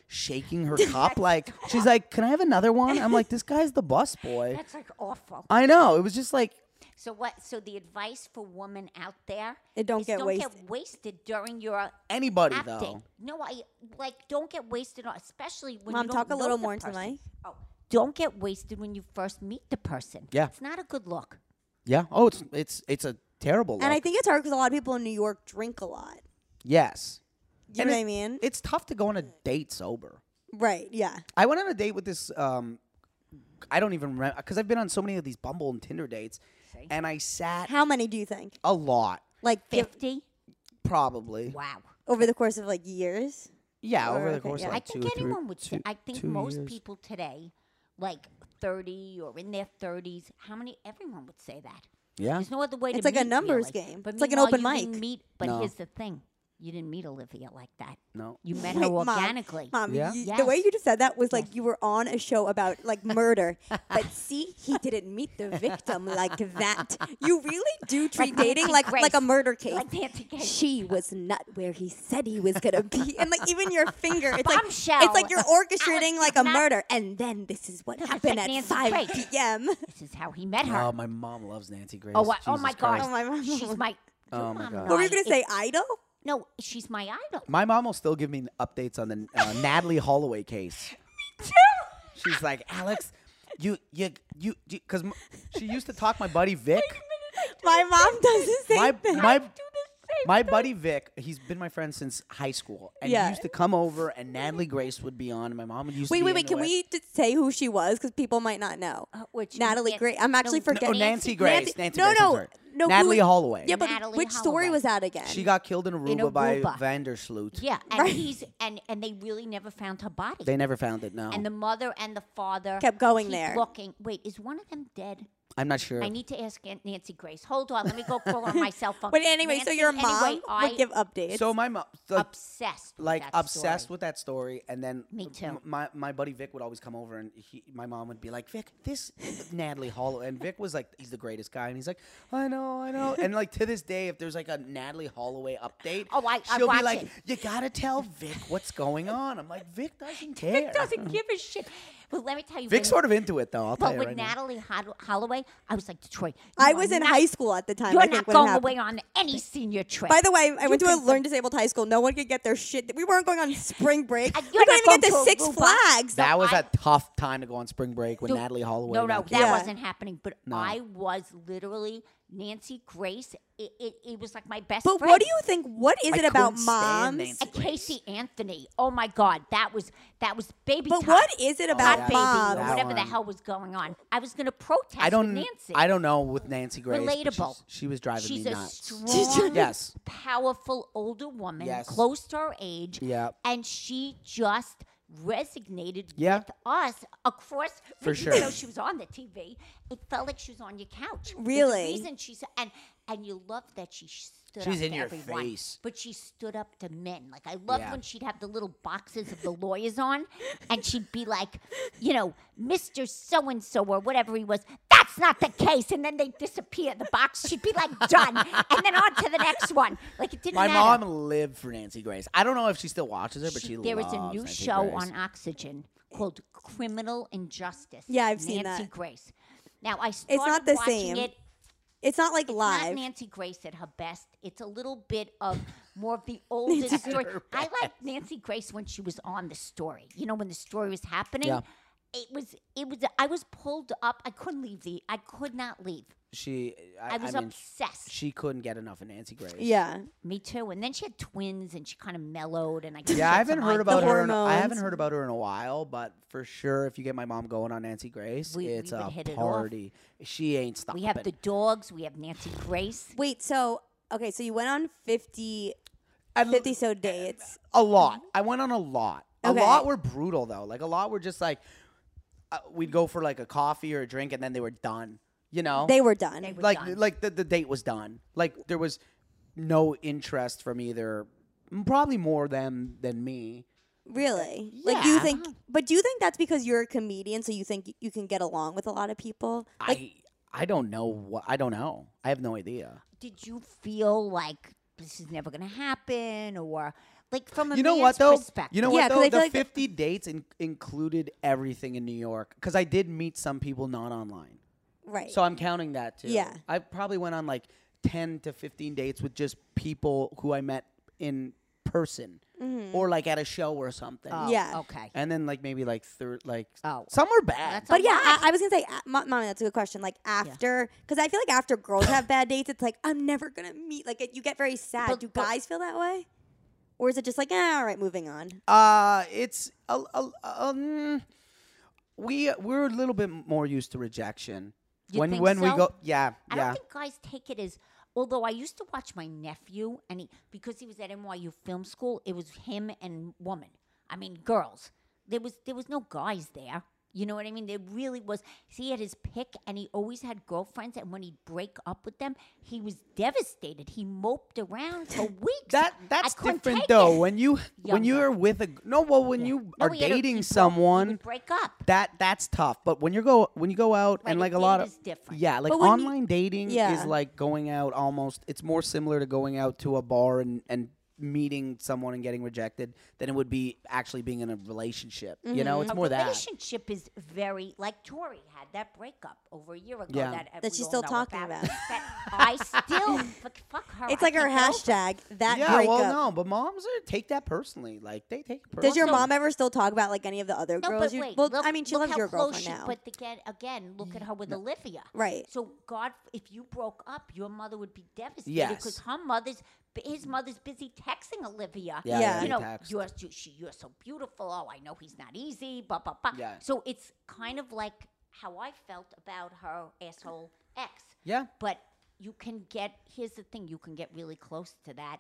shaking her cup like she's like can i have another one i'm like this guy's the bus boy That's like awful. i know it was just like So what? So the advice for women out there It don't is get don't wasted. get wasted during your anybody app date. though No, I like don't get wasted, on, especially when Mom, you don't talk a know little the more into the person. mic. Oh, don't get wasted when you first meet the person. Yeah. it's not a good look. yeah oh it's it's it's a terrible look. And I think it's hard because a lot of people in New York drink a lot. yes You And know what it- I mean? it's tough to go on a date sober right. Yeah. I went on a date with this. Um, I don't even remember because I've been on so many of these Bumble and Tinder dates, and I sat How many do you think? a lot, Like give- Fifty. probably. Wow. over the course of like years? Yeah, over Or- the okay, course yeah. of I like think two, or anyone three, would say. two- I think two most years. people today, like thirty or in their thirties, how many? Everyone would say that. Yeah, There's no other way It's to like a meet, numbers really. game. But It's like an meanwhile, open you didn't mic. Meet, but No. here's the thing: you didn't meet Olivia like that. no. You met Wait, her Mom. Oh, organically. Mom, Yeah. you- the way Yes. you just said that was like you were on a show about like murder, but see, he didn't meet the victim like that. You really do treat dating Nancy like Grace. like a murder case. Like Nancy Grace. She was not where he said he was gonna be, and like even your finger, it's like it's Bombshell. like you're orchestrating Alex like is a not- murder, and then this is what happened like at Nancy five Grace. p.m. This is how he met her. Oh, my mom loves Nancy Grace. Oh, I- oh Jesus my God. Christ. Oh my mom. She's my. your Oh, my mom God. and What were I- you gonna it- say, idol? No, she's my idol. My mom will still give me updates on the uh, Natalie Holloway case. She's like, Alex, you, you, you, because she used to talk my buddy Vic. My mom does the same my thing. my my buddy Vic, he's been my friend since high school, and Yeah. he used to come over, and Natalie Grace would be on, and my mom would used Wait, to. wait, be in wait. the Can way- we just say who she was? Because people might not know. Uh, which Natalie Nan- Grace. I'm no, actually no, Oh, forgetting. Nancy Grace. Nancy, no, Grace. I'm no, sorry. no. who Natalie is- Holloway. Yeah, but Natalie which story Holloway. was that again? she got killed in Aruba, by Aruba. Vandersloot. Yeah, and Right. he's and and they really never found her body. They never found it. No, and the mother and the father Kept going keep there. Looking. Wait, is one of them dead? I'm not sure. I need to ask Aunt Nancy Grace. Hold on, let me go call on my cell phone. But anyway, so Nancy, your anyway, mom I would give updates. so my mom, like, obsessed, with like that obsessed story. with that story, and then Me too. m- my my buddy Vic would always come over, and he, my mom would be like, Vic, this Natalie Holloway, and Vic was like, he's the greatest guy, and he's like, I know, I know, and like to this day, if there's like a Natalie Holloway update, Oh, I- I she'll watch be like, it. you gotta tell Vic what's going on. I'm like, Vic doesn't care. Vic doesn't give a shit. But let me tell you, Vic's when- sort of into it though. I'll tell But you with right now. Natalie Hod- Holloway, I was like Detroit. you I are was in not- high school at the time. You're I think, not when it going happened. away on any senior trip. By the way, I went to a can go- learn disabled high school. No one could get their shit. We weren't going on spring break. Uh, we you're couldn't not even get going to to Six Aruba. Flags. That was I- a tough time to go on spring break when No, Natalie Holloway. No, no, got that killed. Yeah. wasn't happening. But I was literally Nancy Grace. It, it, it was like my best But friend. what do you think? What is I it about couldn't stand moms? Nancy Uh, Casey Anthony. Oh my God, that was that was baby. But time. what is it Hot about that- baby, moms? or that whatever the one. hell was going on? I was going to protest. I don't. with Nancy. I don't know with Nancy Grace. but she's- Relatable. She was driving She's me a nuts. strong, Yes. powerful older woman, Yes. close to our age. Yeah. And she just resignated Yeah. with us across. For even sure. though she was on the TV, it felt like she was on your couch. There's a Really? reason she's and and you love that she stood She's up in to your everyone, face. But she stood up to men. Like I loved Yeah. when she'd have the little boxes of the lawyers on, and she'd be like, you know, Mister So and So or whatever he was. That's not the case. And then they disappear the box. She'd be like, done, and then on to the next one. Like it didn't My matter. mom lived for Nancy Grace. I don't know if she still watches her, but she, She- there loves is a new Nancy show Grace. on Oxygen called Criminal Injustice. Yeah, I've seen Nancy that. Grace. Now I started not the watching same. it It's not like Not live. Nancy Grace at her best. It's a little bit of more of the older story. I like Nancy Grace when she was on the story. You know, when the story was happening, Yeah. it was it was. I was pulled up. I couldn't leave the. I could not leave. she. I, I was I mean, obsessed. She couldn't get enough of Nancy Grace. Yeah. Me too. And then she had twins, and she kind of mellowed. And I guess she Yeah, I had some haven't heard eye- about The her. In, I haven't hormones. heard about her in a while, but for sure, if you get my mom going on Nancy Grace, We- we it's would a hit it off. party. She ain't stopping. We have the dogs. We have Nancy Grace. Wait, so okay, so you went on 50 And l- 50 so dates. a lot. Mm-hmm. I went on a lot. Okay. A lot were brutal though. Like a lot were just like uh, we'd go for like a coffee or a drink, and then they were done. You know, They were done. They were like done. like the, the date was done like there was no interest from either probably more them than me Really? Like you Yeah. think but do you think that's because you're a comedian so you think y- you can get along with a lot of people? Like i i don't know what i don't know i have no idea Did you feel like this is never going to happen, or like from a you know man's what though Perspective? you know Yeah, what 'cause though I the feel like the- 50 dates in- included everything in new york because i did meet some people not online right. so i'm counting that too Yeah. i probably went on like 10 to 15 dates with just people who i met in person Mm-hmm. or like at a show or something Oh, Yeah. Okay. and then like maybe like third like Oh. some were bad That's but a yeah, lot. I, I was gonna say, uh, mo- mommy, that's a good question. Like after, because I feel like after girls have bad dates, it's like I'm never gonna meet. Like it, you get very sad. But- Do but- guys feel that way, or is it just like, eh, all right, moving on? Uh, it's a, a, um, we we're a little bit more used to rejection. You when think when we so? go, yeah, I yeah. don't think guys take it as. Although I used to watch my nephew, and he because he was at NYU Film School, it was him and woman. I mean, girls. There was there was no guys there. You know what I mean? There really was. He had his pick, and he always had girlfriends. And when he'd break up with them, he was devastated. He moped around for weeks. that I that's couldn't different take though. it. When you when you Younger. are with a no, well, when you No, are he had a- he broke- he dating would someone, break up. that that's tough. But when you go when you go out and Right, like a a lot date of is different. yeah, like But when you- online dating Yeah. is like going out almost. It's more similar to going out to a bar and and meeting someone and getting rejected than it would be actually being in a relationship. You know, Mm-hmm. it's more that. relationship is very like Tori had that breakup over a year ago. Yeah. That, uh, That we she's still all know talking about. That I still fuck, fuck her. It's Oh, I like her can't get over it. hashtag that yeah, breakup. well, no, but moms are, take that personally. Like they take it personally. Does your Also- mom ever still talk about like any of the other No, girls? but wait. well, look- I mean, she look loves how your close girlfriend she- now. But again, again, look at her with Olivia. Right. So God, if you broke up, your mother would be devastated Yes. because her mother's, his mother's busy texting Olivia. Yeah, Yeah. You yeah, know, he texts. you're you, she, you're so beautiful. Oh, I know he's not easy. Blah blah blah. Yeah. So it's kind of like how I felt about her asshole ex. Yeah. But you can get. Here's the thing: you can get really close to that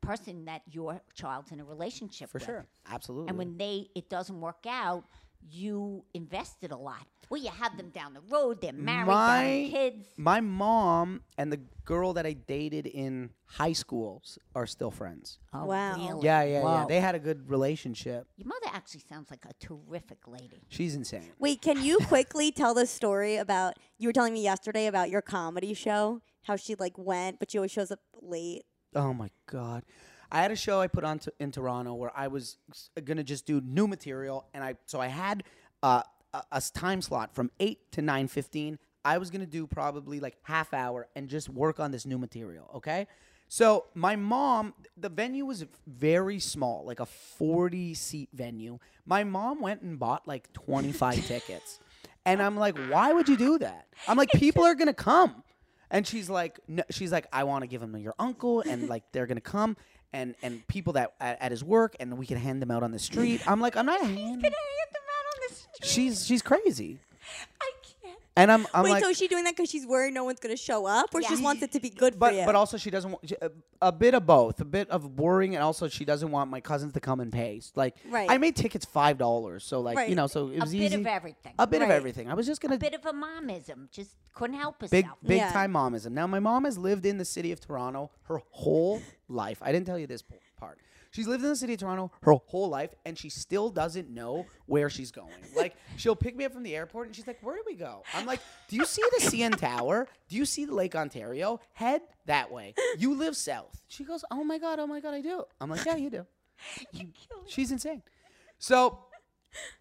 person that your child's in a relationship for with. sure, absolutely. And when they it doesn't work out, you invested a lot. Well, you have them down the road. They're married. they my have kids. my mom and the girl that I dated in high school s- are still friends. Oh, Wow. really? Yeah, yeah, yeah. Wow. They had a good relationship. Your mother actually sounds like a terrific lady. She's insane. Wait, can you quickly tell the story about you were telling me yesterday about your comedy show? How she like went, but she always shows up late. Oh my god. I had a show I put on to, in Toronto where I was s- gonna just do new material, and I so I had uh, a, a s- time slot from eight to nine fifteen. I was gonna do probably like half hour and just work on this new material. Okay, so my mom, the venue was very small, like a forty seat venue. My mom went and bought like twenty five tickets, and I'm like, why would you do that? I'm like, people are gonna come. And she's like, no, she's like, I want to give him to your uncle, and like they're gonna come, and and people that at, at his work, and we can hand them out on the street. I'm like, I'm not. handing she's she's crazy, I can't. and I'm I'm Wait, like, so is she doing that because she's worried no one's gonna show up, or she just wants it to be good but for you? but also she doesn't want she- a, a bit of both, a bit of worrying, and also she doesn't want my cousins to come and pay. Like, Right. I made tickets five dollars, so like you Right. know, so it A was bit easy. of everything. a bit of Right. everything. I was just gonna A bit of a momism. Just couldn't help herself. Big big Yeah. time momism. Now my mom has lived in the city of Toronto her whole life. I didn't tell you this po- part. She's lived in the city of Toronto her whole life and she still doesn't know where she's going. Like she'll pick me up from the airport and she's like, "Where do we go?" I'm like, "Do you see the CN Tower? Do you see the Lake Ontario? Head that way. You live south." She goes, "Oh my god, oh my god, I do." I'm like, "Yeah, you do." She's insane. So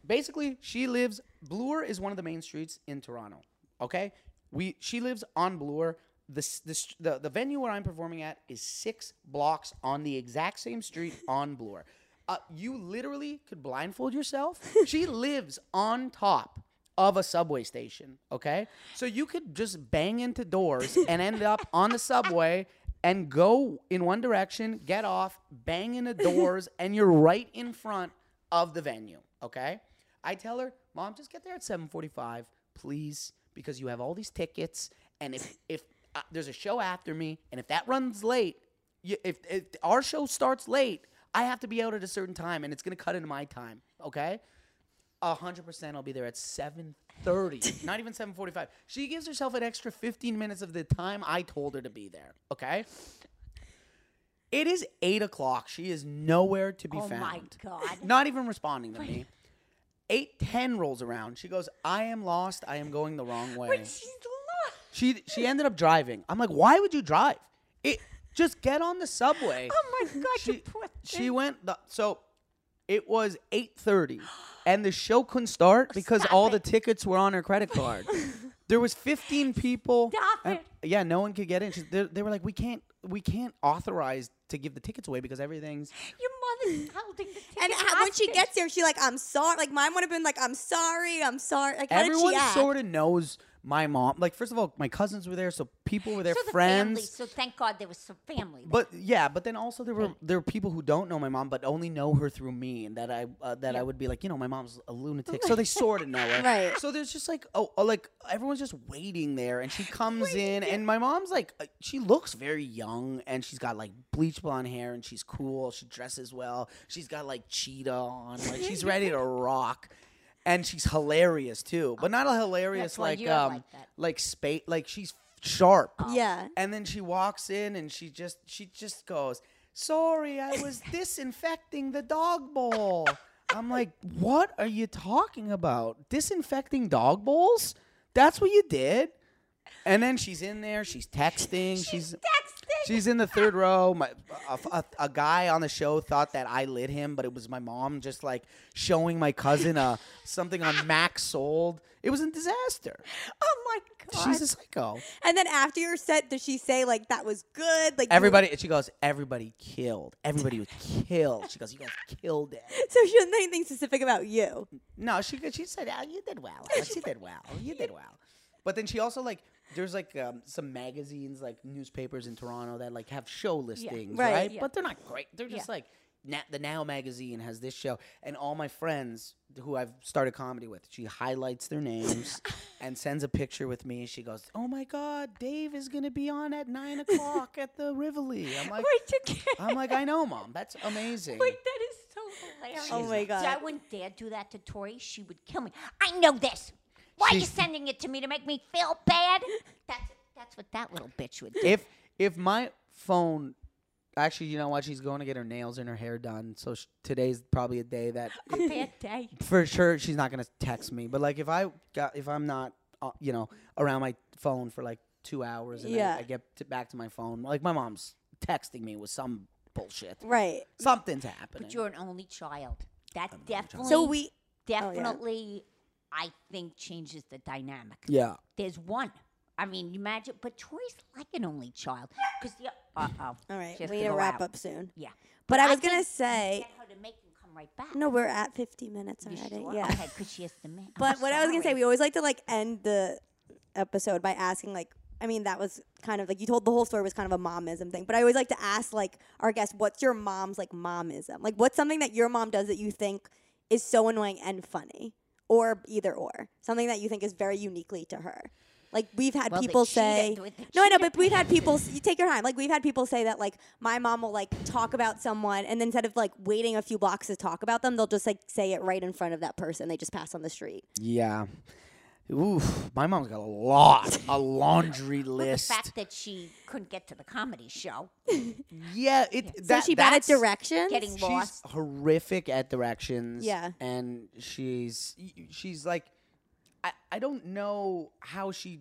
basically she lives Bloor is one of the main streets in Toronto. Okay, we she lives on Bloor. The, s- the, s- the, the venue where I'm performing at is six blocks on the exact same street on Bloor. Uh, you literally could blindfold yourself. she lives on top of a subway station. Okay, so you could just bang into doors and end up on the subway. And go in one direction, get off, bang into doors, and you're right in front of the venue. Okay, I tell her, Mom, just get there at 7:45, please, because you have all these tickets, and if if uh, there's a show after me, and if that runs late, you, if, if our show starts late, I have to be out at a certain time, and it's gonna cut into my time. Okay, a hundred percent, I'll be there at 7:30, not even 7:45. She gives herself an extra 15 minutes of the time I told her to be there. Okay. It is eight o'clock. She is nowhere to be Oh found. my God. Not even responding to me. Eight ten rolls around. She goes, "I am lost. I am going the wrong way." She's lost. She she ended up driving. I'm like, why would you drive? It just get on the subway. Oh my God, you She, poor she went the, so it was 8:30 and the show couldn't start because Oh, stop all the it. tickets were on her credit card. there was 15 people. Stop and- it. Yeah, no one could get in. She, they, they were like, we can't we can't authorize to give the tickets away because everything's Your mother's holding the ticket. And how, when she hostage. gets there, she like, I'm sorry. Like mine would have been like, I'm sorry, I'm sorry. Like how everyone did she act? sort of knows my mom. Like first of all, my cousins were there, so people were there, so the friends. Family, so thank God there was some family. But yeah, but then also there were there were people who don't know my mom, but only know her through me, and that I uh, that I would be like, you know, my mom's a lunatic, so they sort of know her. Right. So there's just like oh, oh, like everyone's just waiting there, and she comes in, and my mom's like, uh, she looks very young, and she's got like bleach blonde hair, and she's cool, she dresses well, she's got like cheetah on, like she's ready to rock. And she's hilarious too, but not a hilarious That's why like you're um like that. Oh, like space like she's sharp. yeah. And then she walks in and she just she just goes, "Sorry, I was disinfecting the dog bowl." I'm like, "What are you talking about? Disinfecting dog bowls? That's what you did?" And then she's in there, she's texting, she's she's, texting. in the third row. My a, a, a guy on the show thought that I lit him, but it was my mom just like showing my cousin uh, something on Max sold. It was a disaster. Oh my god. She's a psycho. and then after your set, does she say like that was good? Like you- Everybody, she goes, everybody killed. Everybody was killed. She goes, you guys killed it. So she doesn't say anything specific about you. No, she go- she said, oh, you did well. Oh, she did well. You did well. But then she also like, there's like um, some magazines, like newspapers in Toronto that like have show listings, Right, right? yeah. But they're not great. They're just like na the Now magazine has this show, and all my friends who I've started comedy with, she highlights their names and sends a picture with me. She goes, "Oh my God, Dave is gonna be on at nine o'clock at the Rivoli." I'm like, you get. I'm like, I know, mom. That's amazing. Wait, that is so hilarious. Oh my See, I God. wouldn't dare do that to Tori. She would kill me. I know this. Why are you She's- sending it to me to make me feel bad? That's that's what that little bitch would do. if if my phone, actually, you know what? She's going to get her nails and her hair done. So sh- today's probably a day that Bad day. for sure she's not gonna text me. But like, if I got if I'm not, uh, you know, around my phone for like two hours and Yeah. I, I get to back to my phone, like my mom's texting me with some bullshit. Right. Something's happening. But you're an only child. That definitely, So we oh, definitely, I think changes the dynamic. yeah. There's one. I mean, you imagine, but Tori's like an only child because the uh oh. all right. she has We to need to go wrap out. up soon. Yeah, But I was think gonna you say- get her to make him come right back. No, we're at 50 minutes You already. sure? Yeah. Okay, because she has to make. But what I was gonna say, we always like to like end the episode by asking like. I mean, that was kind of like you told the whole story was kind of a momism thing, but I always like to ask like our guests, what's your mom's like momism? Like, what's something that your mom does that you think is so annoying and funny, or either or something that you think is very uniquely to her? Like we've had Well, the people cheetah- say, the- the no, I know, cheetah but we've had people. s- You take your time. Like we've had people say that like my mom will like talk about someone, and instead of like waiting a few blocks to talk about them, they'll just like say it right in front of that person. They just pass on the street. Yeah. Oof. My mom's got a lot, a laundry the list. fact that she couldn't get to the comedy show, yeah. It. So that- she bad at that's- directions. getting she's lost. horrific at directions. Yeah. and she's she's like, I I don't know how she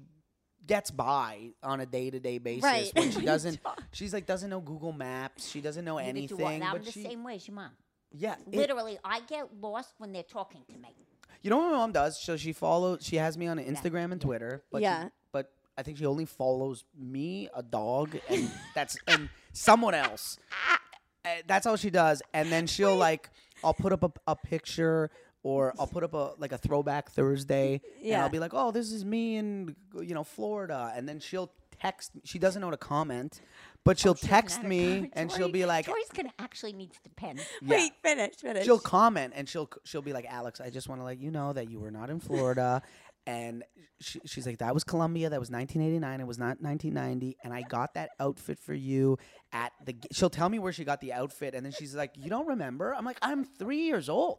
gets by on a day to day basis Right. when she doesn't. she's like doesn't know Google Maps. She doesn't know Neither do I. anything. I'm but the she, same way as your mom. yeah, it- Literally, I get lost when they're talking to me. you know what my mom does? So she follows. She has me on Instagram and Twitter. But she- Yeah. but I think she only follows me, a dog, and that's and someone Eh, else. Uh, that's all she does. And then she'll like, I'll put up a, a picture or I'll put up a like a throwback Thursday, and Yeah. I'll be like, "Oh, this is me in you know Florida," and then she'll text. She doesn't know how to comment, but Oh, she'll text me, and she'll be like, Tori's gonna actually needs the pen. yeah. Wait, finish, finish. she'll comment and she'll she'll be like, Alex, I just want to let you know that you were not in Florida. And she, she's like, that was Columbia. That was 1989. It was not 1990. And I got that outfit for you at the. g-" She'll tell me where she got the outfit, and then she's like, you don't remember? I'm like, I'm three years old.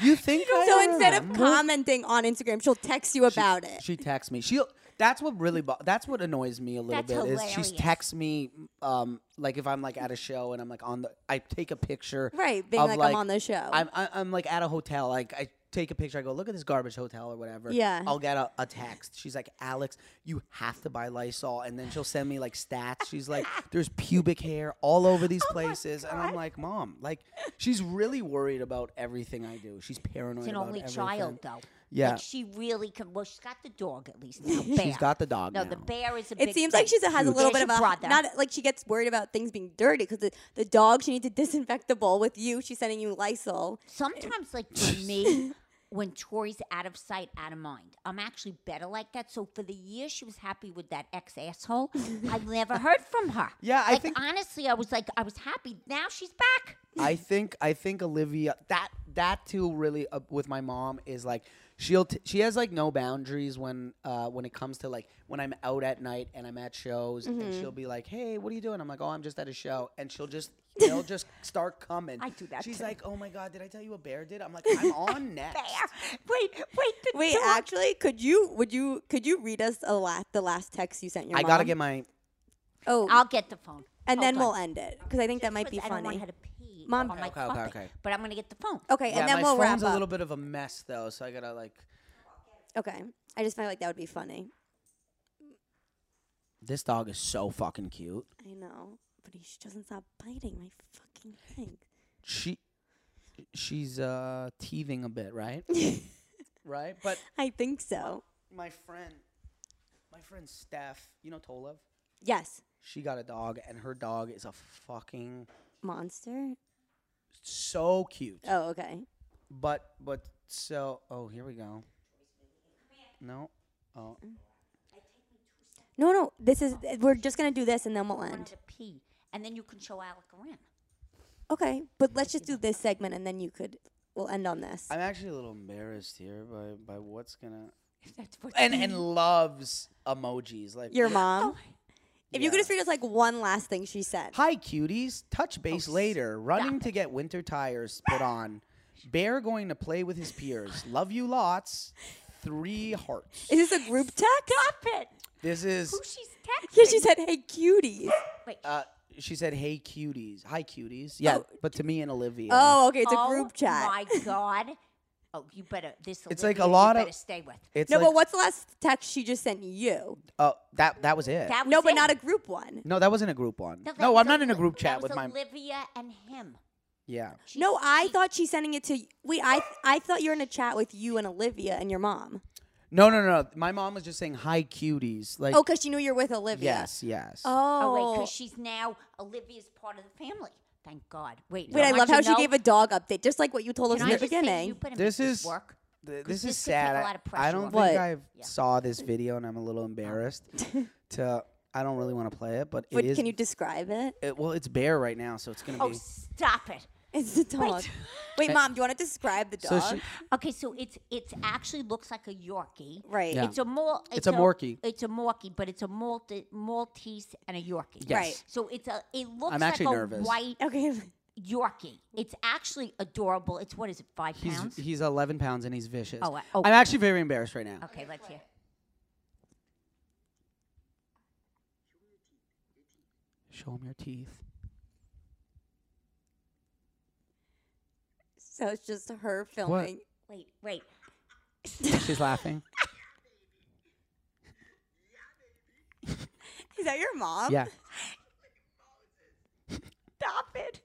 You think I so instead of remember?" commenting on Instagram, she'll text you She- about it. She texts me. She will that's what really bo- that's what annoys me a little That's bit is hilarious. she texts me um like if I'm like at a show and I'm like on the I take a picture Right, being of, like, I'm on the show. I'm I, I'm like at a hotel like I take a picture I go look at this garbage hotel or whatever Yeah. I'll get a, a text she's like Alex you have to buy Lysol and then she'll send me like stats she's like there's pubic hair all over Oh these places and I'm like mom like she's really worried about everything I do she's paranoid It's an about only everything. child though. Yeah. Like she really could well she's got the dog at least now. Bear. she's got the dog No, now. the bear is a It big seems like thing. she has a little bit There's of your a brother. not like she gets worried about things being dirty because the, the dog she needs to disinfect the bowl with you. She's sending you Lysol. sometimes like for me when tori's out of sight out of mind i'm actually better like that so for the year she was happy with that ex asshole i never heard from her Yeah, I Like, think- honestly i was like i was happy now she's back I think I think Olivia that that too really uh, with my mom is like she'll t- she has like no boundaries when uh when it comes to like when I'm out at night and I'm at shows and Mm-hmm. she'll be like hey what are you doing I'm like oh I'm just at a show and she'll just they'll just start coming I do that she's too. like oh my god did I tell you a bear did I'm like I'm on next wait wait the Wait, dog- actually, could you would you could you read us a la- the last text you sent your I mom? gotta get my oh i'll get the phone and then we'll Hold on. end it because I think that might be i don't want funny. her to pee Mom- on my Okay, okay, carpet, okay. but i'm gonna get the phone Okay, yeah and then my we'll wrap phone's up. a little bit of a mess though so I gotta like okay, I just felt like that would be funny. this dog is so fucking cute I know, but he sh- doesn't stop biting my fucking thing. she she's uh teething a bit right right but I think so. my friend, my friend Steph, you know Tolev? Yes, She got a dog, and her dog is a fucking monster. so cute. Oh, okay. But but so oh here we go. No, oh No, no. This is we're just gonna do this and then we'll i want end. her to pee and then you can show alec around Okay, but let's just do this segment and then you could. We'll end on this. I'm actually a little embarrassed here by by what's gonna if that's what and and loves emojis like Your mom. Oh, If you could Yeah. just read us like one last thing she said. Hi, cuties. Touch base later. Running to get winter tires put on. Bear going to play with his peers. Love you lots. Three hearts. Is this a group text? stop it This is who she's texting Yeah, she said, "Hey, cuties." wait Uh, she said, "Hey, cuties, hi, cuties." Yeah, but to me and Olivia. Oh, okay, it's oh a group chat. My God. Oh, you better. This. It's like a Olivia, lot you of- better stay with. it's no, like, but what's the last text she just sent you? Oh, that that was it. That was No, but it. not a group one. no, that wasn't a group one. No, that was I'm not in a Oli- group chat that was with my. Olivia and him. yeah, She- No, I she- thought she's sending it to. Wait, I I thought you were in a chat with you and Olivia and your mom. no, no, no. My mom was just saying, "Hi, cuties." Like, Oh, because she knew you're with Olivia. yes, yes. Oh wait, Oh. because she's now Olivia's part of the family. Thank God. Wait. Wait, I want love you how to she know- gave a dog update, just like what you told us Can in I the just say, beginning. you better make This this is- work. Th- 'cause this is this could take sad. a I- lot of I pressure don't off. think What? I saw this video, and I'm a little embarrassed. to I don't really want to play it, but But it is. can you describe it? it- well, it's bare right now, so it's gonna Oh, be. stop it. It's the dog. Wait, mom, do you want to describe the So dog? she, Okay, so it's it's actually looks like a Yorkie. right. Yeah. It's a malt. a Morkie. It's a Morkie, but it's a Malti- Maltese and a Yorkie. Yes. Right. So it's a. It looks I'm like a actually nervous. white Okay. Yorkie. It's actually adorable. It's what is it? Five he's pounds. he's 11 pounds, and he's vicious. Oh, I- oh. I'm actually very embarrassed right now. okay, let's hear. Show him your teeth. So it's just her filming. Wait, wait. She's laughing. Is that your Oh. mom? Yeah. Stop it.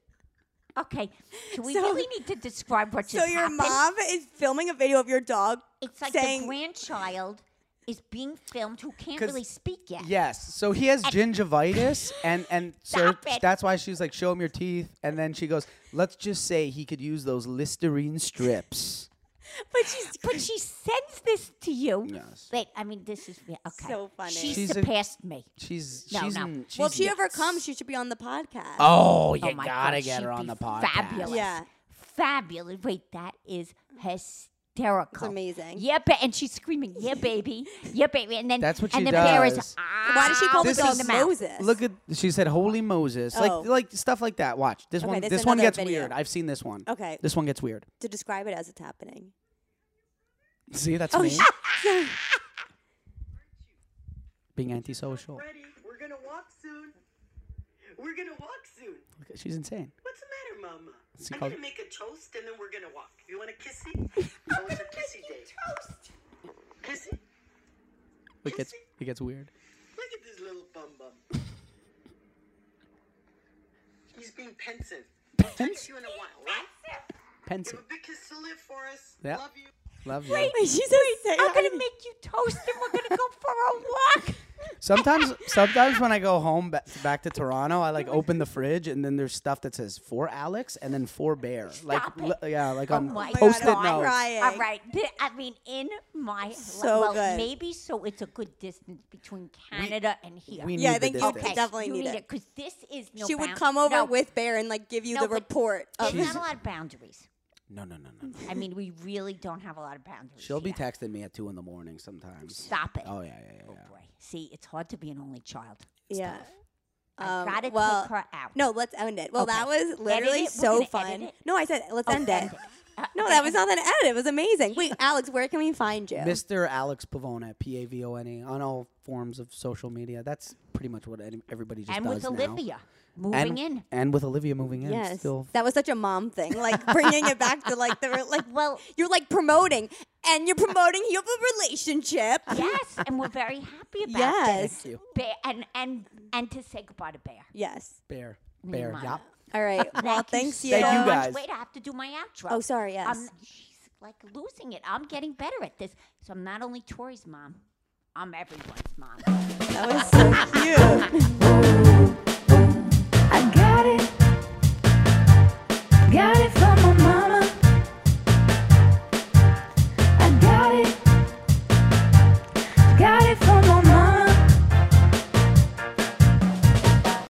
Okay, so we So- really need to describe what So just your happened. mom is filming a video of your dog. It's like saying, the grandchild is being filmed who can't 'Cause- really speak yet. Yes. So he has gingivitis, and and so Stop it. that's why she's like, "Show him your teeth," and then she goes, "Let's just say he could use those Listerine strips." but she's but she sends this to you. Yes. Wait, I mean this is yeah, okay. So funny. She She's a- surpassed me. She's No, she's, no. n- she's well, if she nuts. overcomes, she should be on the podcast. Oh, you oh my God, gotta get she'd her on be the podcast. Fabulous. Yeah. Fabulous. Wait, that is hysterical. It's amazing. Yeah, ba- and she's screaming, "Yeah, baby, yeah, baby!" And then That's what and she the bear does. is. "Ah." Why did she call out the This dog in is- mouth. Moses? Look at she said, "Holy Moses!" Oh. Like like stuff like that. Watch this Okay, one. this This, is one another gets video. weird. I've seen this one. Okay. This one gets weird. to describe it as it's happening. See, that's Oh, me being antisocial. Ready? We're gonna walk soon. We're gonna walk soon. Look, She's insane. What's the matter, Mama? She I'm called- gonna make a toast and then we're gonna walk. You want a kissy? Oh, it's a kissy day. Toast. Kissy. It gets it gets weird. Look at this little bum bum. He's being pensive. Pensive. You in a while, right? Give Pensive. a big kiss to live for us. Yeah. Love you. Love you. Wait, she's so I'm gonna make you toast, and we're gonna go for a walk. Sometimes, sometimes when I go home ba- back to Toronto, I like open the fridge and then there's stuff that says for Alex and then for Bear. Stop like it. li- yeah, like Oh on my post-it God, I'm notes. crying. All right. Th- I mean, in my li- So well, good. maybe so it's a good distance between Canada and here. We Yeah, I need the think you distance. could Oh, definitely you need it. it because this is no. she would bound- come over no, with Bear and like give you no, the but report. Of, There's She's- not a lot of boundaries. No, no, no, no. no. I mean, we really don't have a lot of boundaries. She'll be here. texting me at two in the morning sometimes. Stop it. Oh yeah, yeah, yeah. yeah. Boy, see, it's hard to be an only child. yeah. I Um, gotta well, take her out. No, let's end it. Well, Okay. that was Edit literally it? We're so gonna fun. edit it? No, I said let's Oh, end it. end it. Uh, No, okay, that was end not an edit. It was amazing. Wait, Alex, where can we find you? Mr. Alex Pavone, P A V O N E, on all forms of social media. That's pretty much what any- everybody just and does with now. Olivia And- moving in. and with Olivia moving in, yes, still that was such a mom thing, like bringing it back to like the re- like. Well, You're like promoting, and you're promoting. You have a relationship. yes, and we're very happy about Yes. this. Bear, and and and to say goodbye to Bear. Yes. bear, bear. Mwah. Yep. All right. Well, thanks you. Thank you so guys. Much. Wait, I have to do my outro. Oh, sorry, yes. I'm, she's like losing it. I'm getting better at this. So I'm not only Tori's mom, I'm everyone's mom. That was so cute.